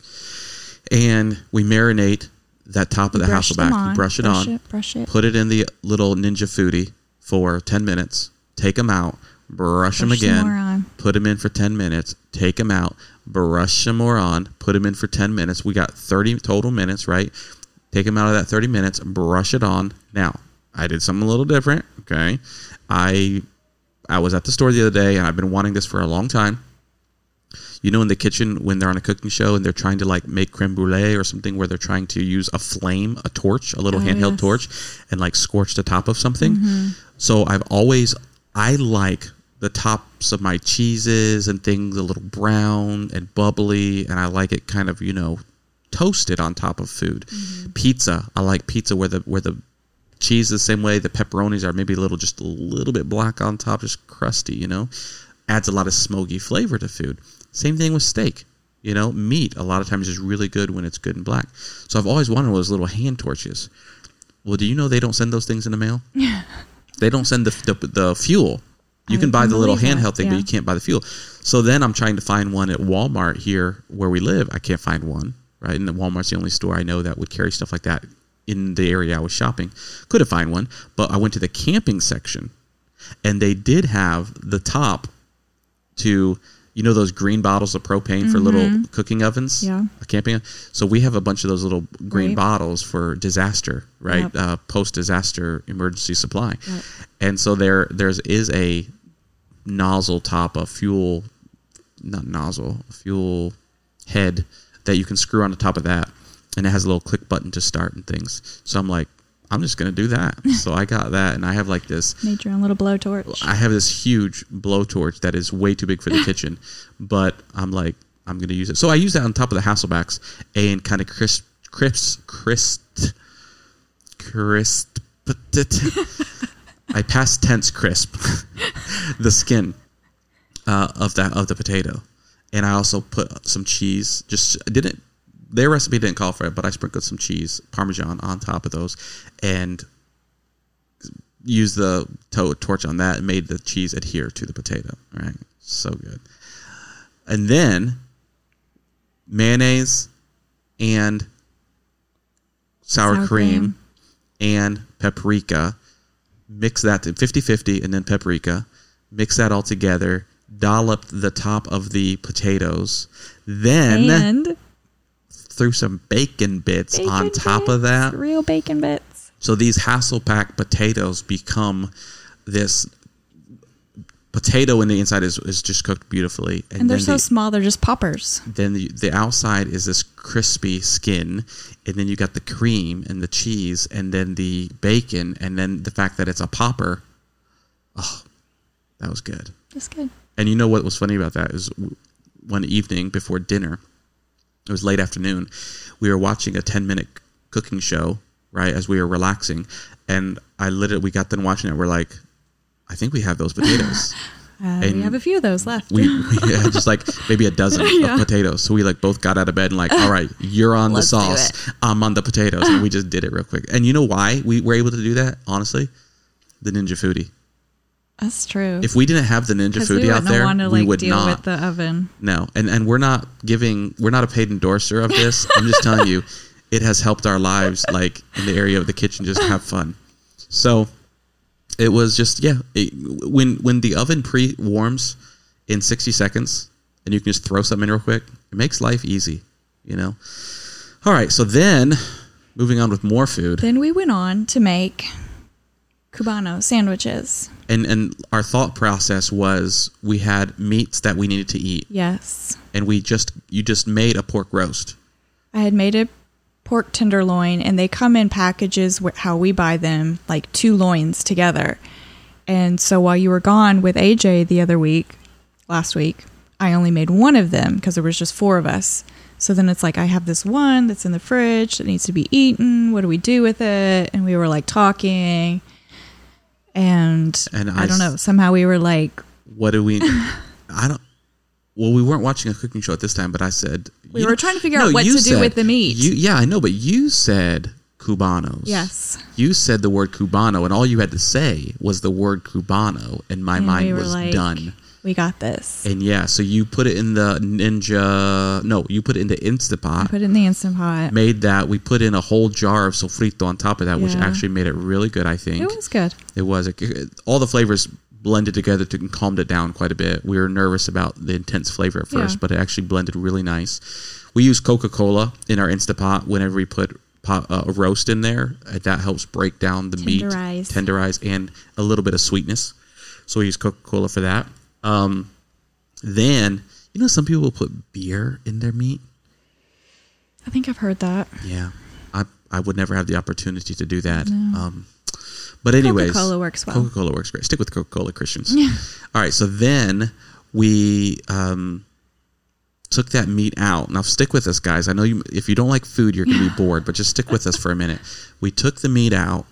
S3: and we marinate that top of the
S4: Brush them
S3: hasselback. We brush it on,
S4: brush it.
S3: put it in the little ninja foodie for ten minutes. Take them out, brush, them
S4: Brush some
S3: again.
S4: more on.
S3: Put them in for ten minutes. Take them out, brush some more on. Put them in for ten minutes. We got thirty total minutes, right? Take them out of that thirty minutes, brush it on. Now, I did something a little different. Okay, I I was at the store the other day, and I've been wanting this for a long time. You know, in the kitchen when they're on a cooking show and they're trying to like make creme brulee or something, where they're trying to use a flame, a torch, a little
S4: Oh,
S3: handheld
S4: yes. Mm-hmm.
S3: torch, and like scorch the top of something. So I've always I like the tops of my cheeses and things a little brown and bubbly, and I like it kind of you know toasted on top of food.
S4: Mm-hmm.
S3: Pizza, I like pizza where the where the cheese the same way. The pepperonis are maybe a little, just a little bit black on top, just crusty. You know, adds a lot of smoky flavor to food. Same thing with steak. You know, meat a lot of times is really good when it's good and black. So I've always wanted one of those little hand torches. Well, do you know they don't send those things in the mail? they don't send the the, the fuel. You
S4: I
S3: can buy the little
S4: believe that,
S3: handheld thing, but
S4: yeah.
S3: you can't buy the fuel. So then I'm trying to find one at Walmart here where we live. I can't find one, right? And the Walmart's the only store I know that would carry stuff like that in the area I was shopping. Could have found one, but I went to the camping section and they did have the top to you know those green bottles of propane for little cooking ovens
S4: Mm-hmm. Yeah.
S3: a camping so we have a bunch of those little green
S4: Right.
S3: bottles for disaster right
S4: Yep.
S3: uh, post disaster emergency supply and so there there's is a nozzle top a fuel not nozzle a fuel head that you can screw on the top of that and it has a little click button to start and things so i'm like i'm just gonna do that so i got that and i have like this
S4: Made your own little blowtorch.
S3: I have this huge blowtorch that is way too big for the kitchen, but I'm like, I'm gonna use it. So I use that on top of the Hasselbacks and kind of crisp, crisp, crisp, crisp. I past tense crisp the skin uh, of that of the potato, and I also put some cheese. Just I didn't their recipe didn't call for it, but I sprinkled some cheese parmesan on top of those, and used the to- torch on that and made the cheese adhere to the potato. Right, so good. And then mayonnaise and sour, cream,
S4: Sour cream.
S3: and paprika. Mix that to 50-50 and then paprika. Mix that all together. Dollop the top of the potatoes. Then
S4: and
S3: threw some bacon bits
S4: bacon
S3: on top
S4: bits,
S3: of that.
S4: real bacon bits.
S3: So these Hasselback potatoes become this potato in the inside is, is just cooked beautifully. And,
S4: And they're
S3: then,
S4: so
S3: the,
S4: small, they're just poppers.
S3: then the, the outside is this crispy skin. And then you got the cream and the cheese and then the bacon and then the fact that it's a popper. Oh, that was good.
S4: That's good.
S3: And you know what was funny about that is w- one evening before dinner, it was late afternoon, we were watching a 10 minute cooking show, right, as we were relaxing. And I literally, we got done watching it. We're like, I think we have those potatoes.
S4: Uh,
S3: And
S4: we have a few of those left.
S3: we, we had just like maybe a dozen
S4: Yeah.
S3: of potatoes. So we like both got out of bed and like, all right, you're on the
S4: Let's do
S3: sauce. I'm on the potatoes. And we just did it real quick. And you know why we were able to do that? Honestly, the Ninja Foodie.
S4: That's true.
S3: If we didn't have the Ninja
S4: Because we
S3: Foodie
S4: wouldn't
S3: out there,
S4: want to
S3: we
S4: like
S3: would
S4: deal
S3: not.
S4: with the oven.
S3: No, and and we're not giving we're not a paid endorser of this. I'm just telling you, it has helped our lives like in the area of the kitchen just have fun. So it was just yeah, it, when when the oven pre-warms in 60 seconds and you can just throw something in real quick, it makes life easy, you know. All right, so then moving on with more food.
S4: Then we went on to make cubano sandwiches.
S3: And and our thought process was we had meats that we needed to eat
S4: Yes.
S3: and we just you just made a pork roast.
S4: I had made a pork tenderloin, and they come in packages wh- how we buy them, like two loins together. And so while you were gone with AJ the other week, last week, I only made one of them because there was just four of us. So then it's like I have this one that's in the fridge that needs to be eaten. What do we do with it? And we were like talking, and,
S3: And
S4: I,
S3: I
S4: don't
S3: s-
S4: know. Somehow we were like
S3: What do we? I don't. Well, we weren't watching a cooking show at this time, but I said
S4: We
S3: you
S4: were
S3: know-
S4: trying to figure out what
S3: you
S4: to do with the meat.
S3: You, yeah, I know, but you said cubanos.
S4: Yes.
S3: you said the word cubano, and all you had to say was the word cubano, and my
S4: and
S3: mind
S4: we were
S3: was
S4: like,
S3: done.
S4: We got this.
S3: And yeah, so you put it in the ninja. No, you put it in the Instapot.
S4: Put it in the instant pot.
S3: made that. We put in a whole jar of sofrito on top of that, which
S4: Yeah.
S3: actually made it really good. I think
S4: It was good.
S3: It was. It- all the flavors blended together to and calmed it down quite a bit. We were nervous about the intense flavor at first,
S4: Yeah.
S3: but it actually blended really nice. We use Coca Cola in our Instapot whenever we put pot, uh, a roast in there. Uh, That helps break down the
S4: Tenderize.
S3: meat, tenderize, and a little bit of sweetness. So we use Coca Cola for that. Um, then you know some people will put beer in their meat.
S4: I think I've heard that.
S3: Yeah, I I would never have the opportunity to do that. Um, but anyways,
S4: Coca-Cola works well.
S3: Coca Cola works great. Stick with Coca Cola, Christians. All right, so then we um, took that meat out. Now stick with us, guys. I know you. If you don't like food, you're gonna be bored, but just stick with us for a minute. We took the meat out.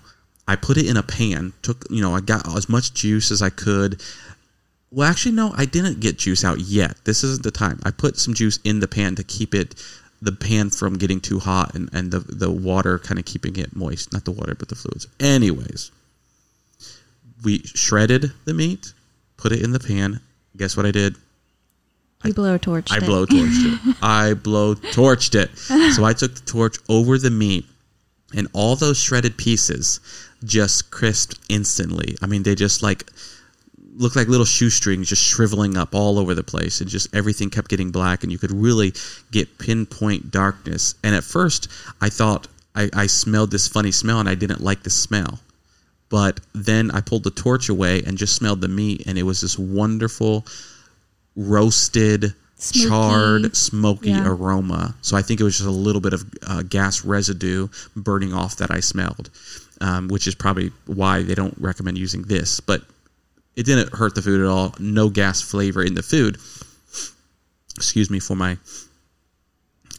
S3: I put it in a pan. Took you know I got as much juice as I could. Well, actually, no, I didn't get juice out yet. This isn't the time. I put some juice in the pan to keep it, the pan from getting too hot and, and the, the water kind of keeping it moist. Not the water, but the fluids. Anyways, we shredded the meat, put it in the pan. Guess what I did?
S4: You blow a torch.
S3: I blow torched it. I blow torched it. So I took the torch over the meat, and all those shredded pieces just crisped instantly. I mean, they just like looked like little shoestrings just shriveling up all over the place, and just everything kept getting black, and you could really get pinpoint darkness. And at first, I thought I, I smelled this funny smell, and I didn't like the smell. But then I pulled the torch away and just smelled the meat, and it was this wonderful roasted,
S4: Smoky.
S3: charred, smoky
S4: Yeah.
S3: aroma. So I think it was just a little bit of uh, gas residue burning off that I smelled, um, which is probably why they don't recommend using this. But it didn't hurt the food at all. No gas flavor in the food. Excuse me for my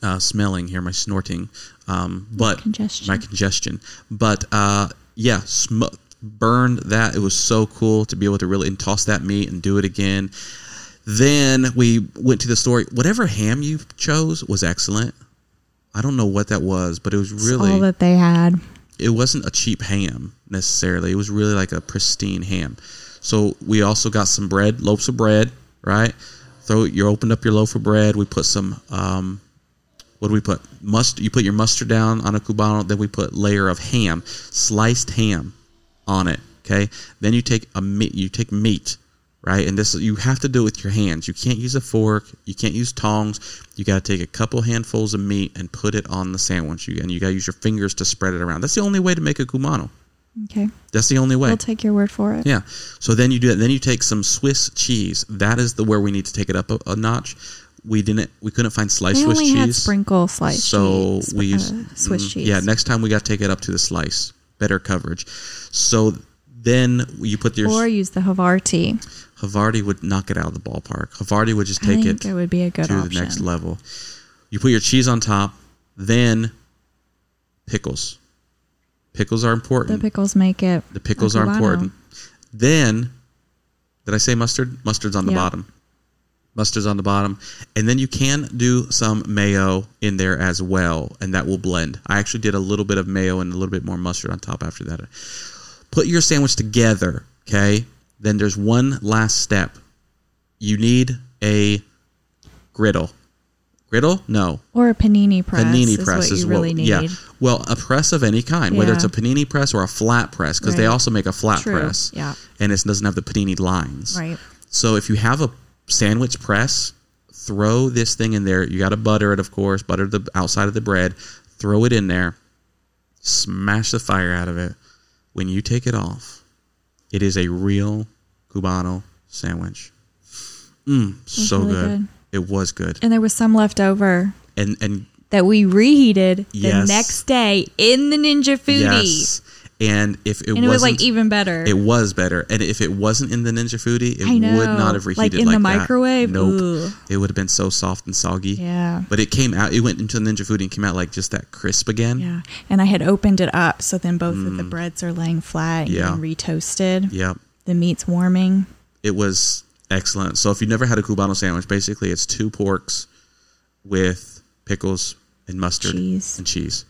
S3: uh, smelling here, my snorting, um, but
S4: Congestion.
S3: my congestion. But uh, yeah, sm- burned that. It was so cool to be able to really and toss that meat and do it again. Then we went to the store. Whatever ham you chose was excellent. I don't know what that was, but it was really
S4: All that they had.
S3: it wasn't a cheap ham necessarily. It was really like a pristine ham. So we also got some bread, loaves of bread, right? Throw you opened up your loaf of bread. We put some um, what do we put? Mustard. You put your mustard down on a cubano. Then we put layer of ham, sliced ham, on it. Okay. Then you take a meat. You take meat, right? And this you have to do it with your hands. You can't use a fork. You can't use tongs. You got to take a couple handfuls of meat and put it on the sandwich. You, and you got to use your fingers to spread it around. That's the only way to make a cubano.
S4: Okay.
S3: That's the only way.
S4: We'll take your word for it.
S3: Yeah. So then you do that. Then you take some Swiss cheese. That is the where we need to take it up a, a notch. We didn't. We couldn't find sliced
S4: They
S3: Swiss
S4: only
S3: cheese.
S4: had sprinkle slice
S3: So
S4: cheese,
S3: we
S4: uh,
S3: use
S4: Swiss
S3: mm,
S4: cheese.
S3: Yeah, next time we got to take it up to the slice. Better coverage. So then you put your
S4: or use the Havarti.
S3: Havarti would knock it out of the ballpark. Havarti would just
S4: I
S3: take
S4: think
S3: it,
S4: it would be a good
S3: to the
S4: option.
S3: next level. You put your cheese on top, then pickles. Pickles are
S4: The
S3: important.
S4: pickles make it.
S3: The pickles
S4: a
S3: are
S4: cubano.
S3: important. Then, did I say mustard? Mustard's on the
S4: Yeah.
S3: bottom. Mustard's on the bottom. And then you can do some mayo in there as well, and that will blend. I actually did a little bit of mayo and a little bit more mustard on top after that. Put your sandwich together, okay? Then there's one last step. You need a griddle. Griddle? No.
S4: Or a panini press.
S3: Panini press
S4: is what
S3: is
S4: you really
S3: what,
S4: need.
S3: yeah. Well, a press of any kind, whether
S4: Yeah.
S3: it's a panini press or a flat press, because they
S4: Right.
S3: also make a flat
S4: True,
S3: press,
S4: yeah.
S3: and it doesn't have the panini lines,
S4: Right.
S3: So if you have a sandwich press, throw this thing in there. You got to butter it, of course, butter the outside of the bread, throw it in there, smash the fire out of it. When you take it off, it is a real cubano sandwich. Mm, so
S4: really
S3: good.
S4: good.
S3: It was good,
S4: And there was some left over
S3: and and
S4: that we reheated
S3: Yes.
S4: the next day in the Ninja Foodie.
S3: Yes. And if it,
S4: and it was
S3: wasn't,
S4: like even better.
S3: it was better. And if it wasn't in the Ninja Foodie, it
S4: I know.
S3: would not have
S4: Like,
S3: reheated like,
S4: in the
S3: that.
S4: microwave?
S3: Nope.
S4: Ooh.
S3: It would have been so soft and soggy.
S4: Yeah.
S3: But it came out. It went into the Ninja Foodie and came out like just that crisp again.
S4: yeah, and I had opened it up, so then both of the breads are laying flat and
S3: Mm. Yeah.
S4: getting retoasted.
S3: Yep.
S4: The meat's warming.
S3: It was excellent. So if you've never had a cubano sandwich, basically it's two porks with pickles and mustard
S4: Cheese.
S3: and cheese.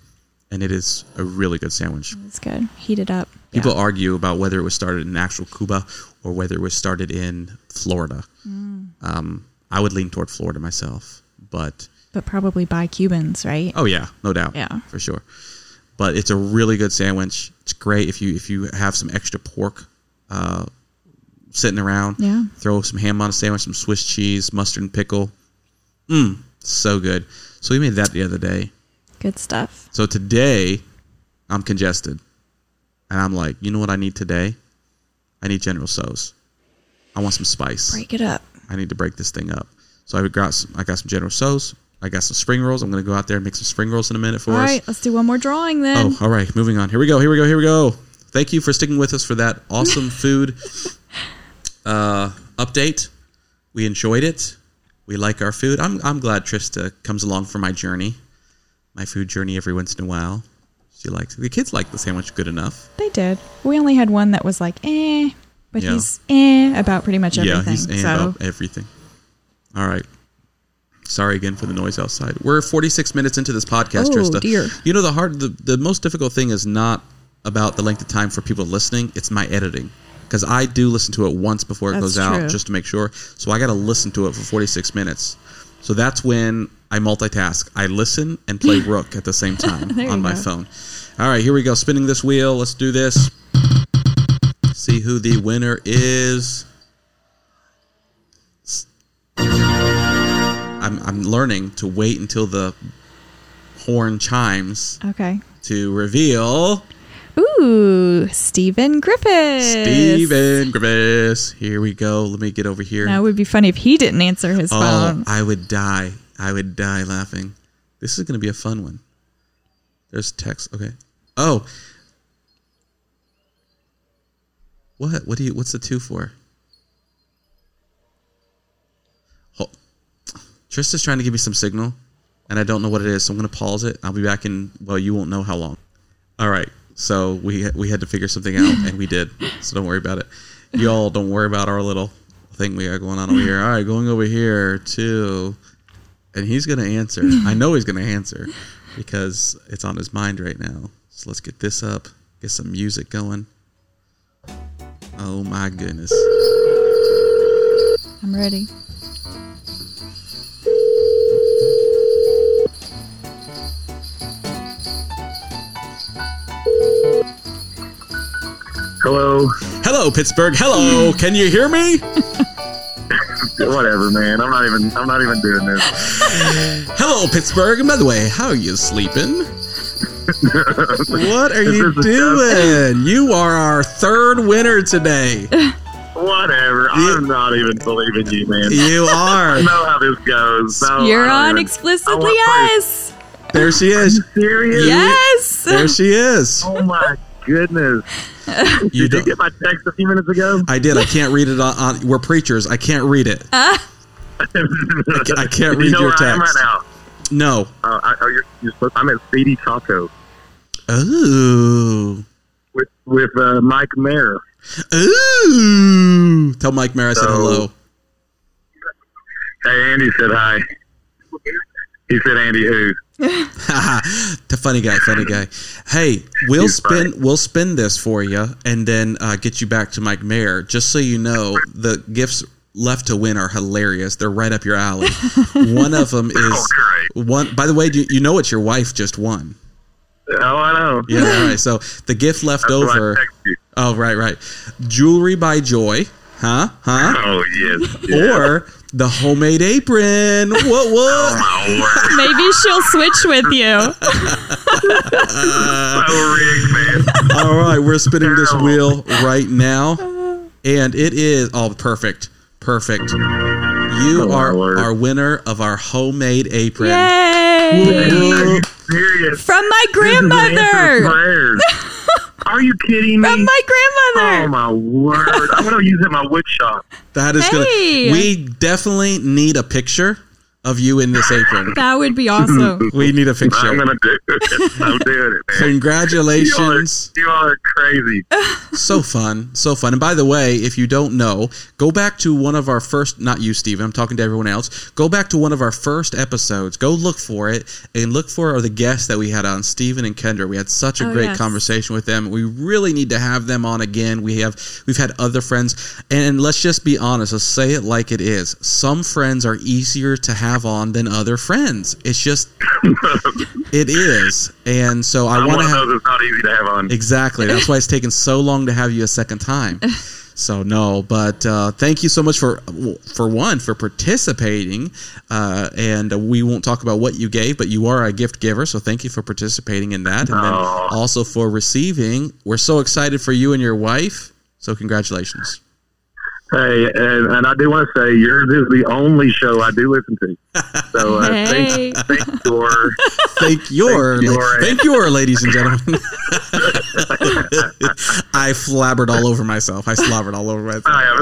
S3: And it is a really good sandwich.
S4: It's good. Heat it up.
S3: People argue about whether it was started in actual Cuba or whether it was started in Florida.
S4: Mm.
S3: Um, I would lean toward Florida myself, but
S4: but probably by Cubans, right?
S3: oh yeah, no doubt,
S4: Yeah.
S3: for sure. But it's a really good sandwich. It's great if you if you have some extra pork uh, sitting around.
S4: Yeah.
S3: throw some ham on a sandwich, some Swiss cheese, mustard and pickle. Mmm, so good. So we made that the other day.
S4: Good stuff.
S3: So today, I'm congested, and I'm like, you know what I need today? I need General So's. I want some spice.
S4: Break it up.
S3: I need to break this thing up. So I got some, I got some General So's. I got some spring rolls. I'm gonna go out there and make some spring rolls in a minute for
S4: All
S3: us.
S4: right, let's do one more drawing then.
S3: Oh, all right. Moving on. Here we go. Here we go. Here we go. Thank you for sticking with us for that awesome food uh, update. We enjoyed it. We like our food. I'm, I'm glad Trista comes along for my journey, my food journey every once in a while. She likes the kids like the sandwich good enough.
S4: They did. We only had one that was like eh, but
S3: Yeah.
S4: he's eh about pretty much everything.
S3: Yeah, he's eh in
S4: so
S3: about everything. All right. Sorry again for the noise outside. We're 46 minutes into this podcast,
S4: Oh,
S3: Trista.
S4: dear.
S3: You know the hard, the, the most difficult thing is not about the length of time for people listening. It's my editing because I do listen to it once before it
S4: That's
S3: goes out
S4: true.
S3: just to make sure. So I got to listen to it for 46 minutes. So that's when I multitask. I listen and play Rook at the same time
S4: There
S3: on
S4: you
S3: my
S4: go.
S3: phone. All right, here we go. Spinning this wheel. Let's do this. See who the winner is. I'm, I'm learning to wait until the horn chimes
S4: okay.
S3: to reveal
S4: Ooh, Stephen Griffith.
S3: Steven Griffiths. Here we go. Let me get over here.
S4: Now it would be funny if he didn't answer his
S3: oh,
S4: phone.
S3: I would die. I would die laughing. This is going to be a fun one. There's text. Okay. Oh. What? What do you? What's the two for? Ho- Trista's trying to give me some signal, and I don't know what it is, so I'm going to pause it. I'll be back in. Well, you won't know how long. All right. So we we had to figure something out, and we did. So don't worry about it. Y'all don't worry about our little thing we got going on over here. All right, going over here to, and he's gonna answer. I know he's gonna answer because it's on his mind right now. So let's get this up, get some music going. Oh my goodness!
S4: I'm ready.
S6: Hello.
S3: Hello, Pittsburgh. Hello, can you hear me?
S6: Whatever, man. I'm not even. I'm not even doing this.
S3: Hello, Pittsburgh. And by the way, how are you sleeping? What are you
S6: This is
S3: doing? You are our third winner today.
S6: Whatever. I'm not even believing you, man.
S3: You are.
S6: I know how this goes.
S3: Oh,
S6: No,
S4: You're
S6: I
S4: on
S6: don't even- I
S4: explicitly
S6: want
S4: us.
S3: There she is.
S6: praise. Serious?
S4: Yes.
S3: There she is.
S6: Oh my goodness!
S3: You
S6: Did you
S3: don't-
S6: get my text a few minutes ago?
S3: I did. I can't read it on, on. We're preachers. I can't read it. ca- I can't read
S6: Do Uh, you know
S3: your
S6: where I am right
S3: text.
S6: now.
S3: No.
S6: Uh, I, oh, you're, you're supposed, I'm at Speedy Taco
S3: Ooh.
S6: with with uh, Mike Mayer.
S3: Ooh. Tell Mike Mara I said
S6: So-
S3: hello.
S6: Hey, Andy said hi. He said Andy who?
S3: the funny guy, funny guy. Hey, we'll
S6: He's
S3: spin we'll spin this for you, and then uh, get you back to Mike Mayer. Just so you know, the gifts left to win are hilarious. They're right up your alley. one of them is
S6: Oh, great.
S3: one. By the way, you, you know what your wife just won.
S6: Oh, I know.
S3: Yeah, all right. So the gift left
S6: That's why
S3: over.
S6: I text you.
S3: Oh, right, right. Jewelry by Joy. Huh? Huh?
S6: Oh yes. yes.
S3: Or the homemade apron. What, what?
S6: Oh, my word.
S4: Maybe she'll switch with you.
S6: so rigged, man.
S3: All right, we're spinning this
S6: Terrible.
S3: wheel right now. And it is, oh, perfect. Perfect. You
S6: Oh, my
S3: are
S6: word.
S3: our winner of our homemade apron.
S4: Yay!
S3: Whoop, whoop.
S6: Serious.
S4: From my
S6: This is an answer to
S4: grandmother.
S6: prayers. Are you kidding me?
S4: From my
S6: oh
S4: grandmother.
S6: my word! I'm gonna use it in my wood shop.
S3: That is
S4: Hey!
S3: gonna. We definitely need a picture of you in this apron.
S4: that would be awesome.
S3: we need a picture.
S6: I'm gonna do it. I'm doing it, man. You all, are,
S3: Congratulations.
S6: you all are crazy.
S3: so fun. So fun. And by the way, if you don't know, go back to one of our first, not you, Steven, I'm talking to everyone else. Go back to one of our first episodes. Go look for it and look for the guests that we had on, Steven and Kendra. We had such a
S4: Oh,
S3: great
S4: yes.
S3: conversation with them. We really need to have them on again. We have, we've had other friends. And let's just be honest. Let's say it like it is. Some friends are easier to have on than other friends. It's just, it is. And so I
S6: I'm
S3: want to
S6: one of
S3: have.
S6: those that's not easy to have on.
S3: Exactly. That's why it's taken so long to have you a second time. So no, but uh, thank you so much for for one for participating, uh, and we won't talk about what you gave, but you are a gift giver, so thank you for participating in that, and then
S6: Aw.
S3: also for receiving. We're so excited for you and your wife, so congratulations.
S6: Hey, and, and I do want to say yours is the only show I do listen to. So uh,
S4: Hey.
S6: thank, thank your
S3: Thank your
S6: Thank your-
S3: thank your ladies and gentlemen. I flabbered all over myself. I slobbered all over myself.
S6: I am.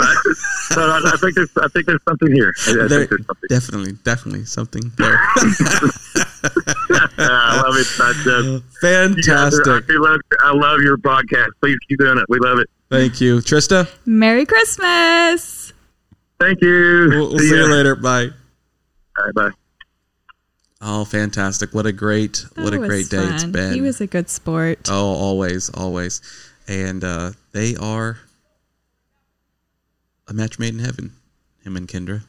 S6: So I, I think there's, I think there's something here. I, I think
S3: There-
S6: there's something.
S3: definitely, definitely something there.
S6: Uh, I love it. I just, you guys are- I,
S3: Fantastic.
S6: do love, I love your podcast. Please keep doing it. We love it.
S3: Thank you. Trista,
S4: Merry Christmas.
S6: Thank you.
S3: we'll, we'll see you
S6: ya.
S3: later. Bye.
S6: All right, bye.
S3: Oh, fantastic. What a great, what
S4: That
S3: a
S4: was
S3: great day it's
S4: fun.
S3: been.
S4: He was a good sport.
S3: oh, always, always. And uh, they are a match made in heaven, him and Kendra.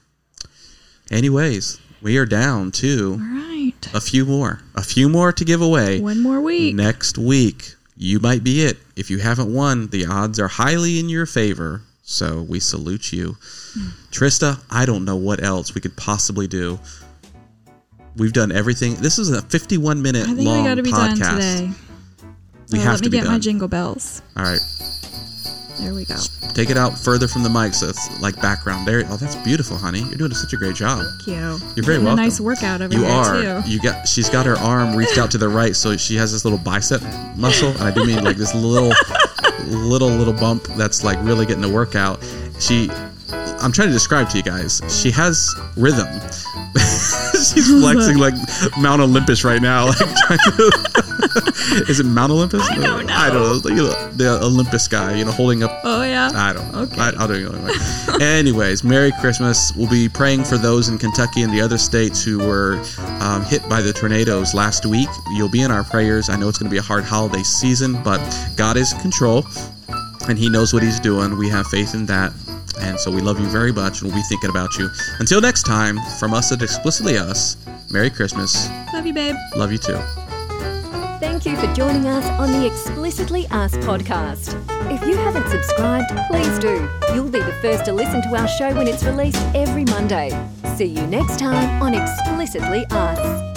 S3: Anyways, we are down to
S4: All right.
S3: a few more, a few more to give away.
S4: One more week.
S3: Next week, you might be it. If you haven't won, the odds are highly in your favor. So we salute you. Trista, I don't know what else we could possibly do. We've done everything. This is a 51 minute
S4: I think
S3: long
S4: we got to be
S3: podcast.
S4: done today.
S3: We
S4: Well,
S3: have
S4: let
S3: to
S4: me
S3: be
S4: get my
S3: done.
S4: jingle bells.
S3: All right.
S4: There we go.
S3: Take it out further from the mic so it's like background there. Oh, that's beautiful, honey. You're doing such a great job.
S4: Thank you.
S3: You're very
S4: Getting
S3: welcome.
S4: A nice workout over
S3: You
S4: here
S3: are.
S4: too.
S3: You got. She's got her arm reached out to the right, so she has this little bicep muscle, and I do mean like this little, little, little bump that's like really getting a workout. She, I'm trying to describe to you guys. She has rhythm. she's flexing like Mount Olympus right now. Like trying to, is it Mount Olympus? I
S4: don't
S3: I don't know. You know, The Olympus guy, you know, holding up
S4: Oh yeah.
S3: I don't know.
S4: Okay.
S3: I, I'll do it anyway. Anyways, Merry Christmas. We'll be praying for those in Kentucky and the other states who were um, hit by the tornadoes last week. You'll be in our prayers. I know it's going to be a hard holiday season, but God is in control and He knows what He's doing. We have faith in that. And so we love you very much and we'll be thinking about you. Until next time, from us at Explicitly Us, Merry Christmas.
S4: Love you, babe.
S3: Love you too.
S2: Thank you for joining us on the Explicitly Us podcast. If you haven't subscribed, please do. You'll be the first to listen to our show when it's released every Monday. See you next time on Explicitly Us.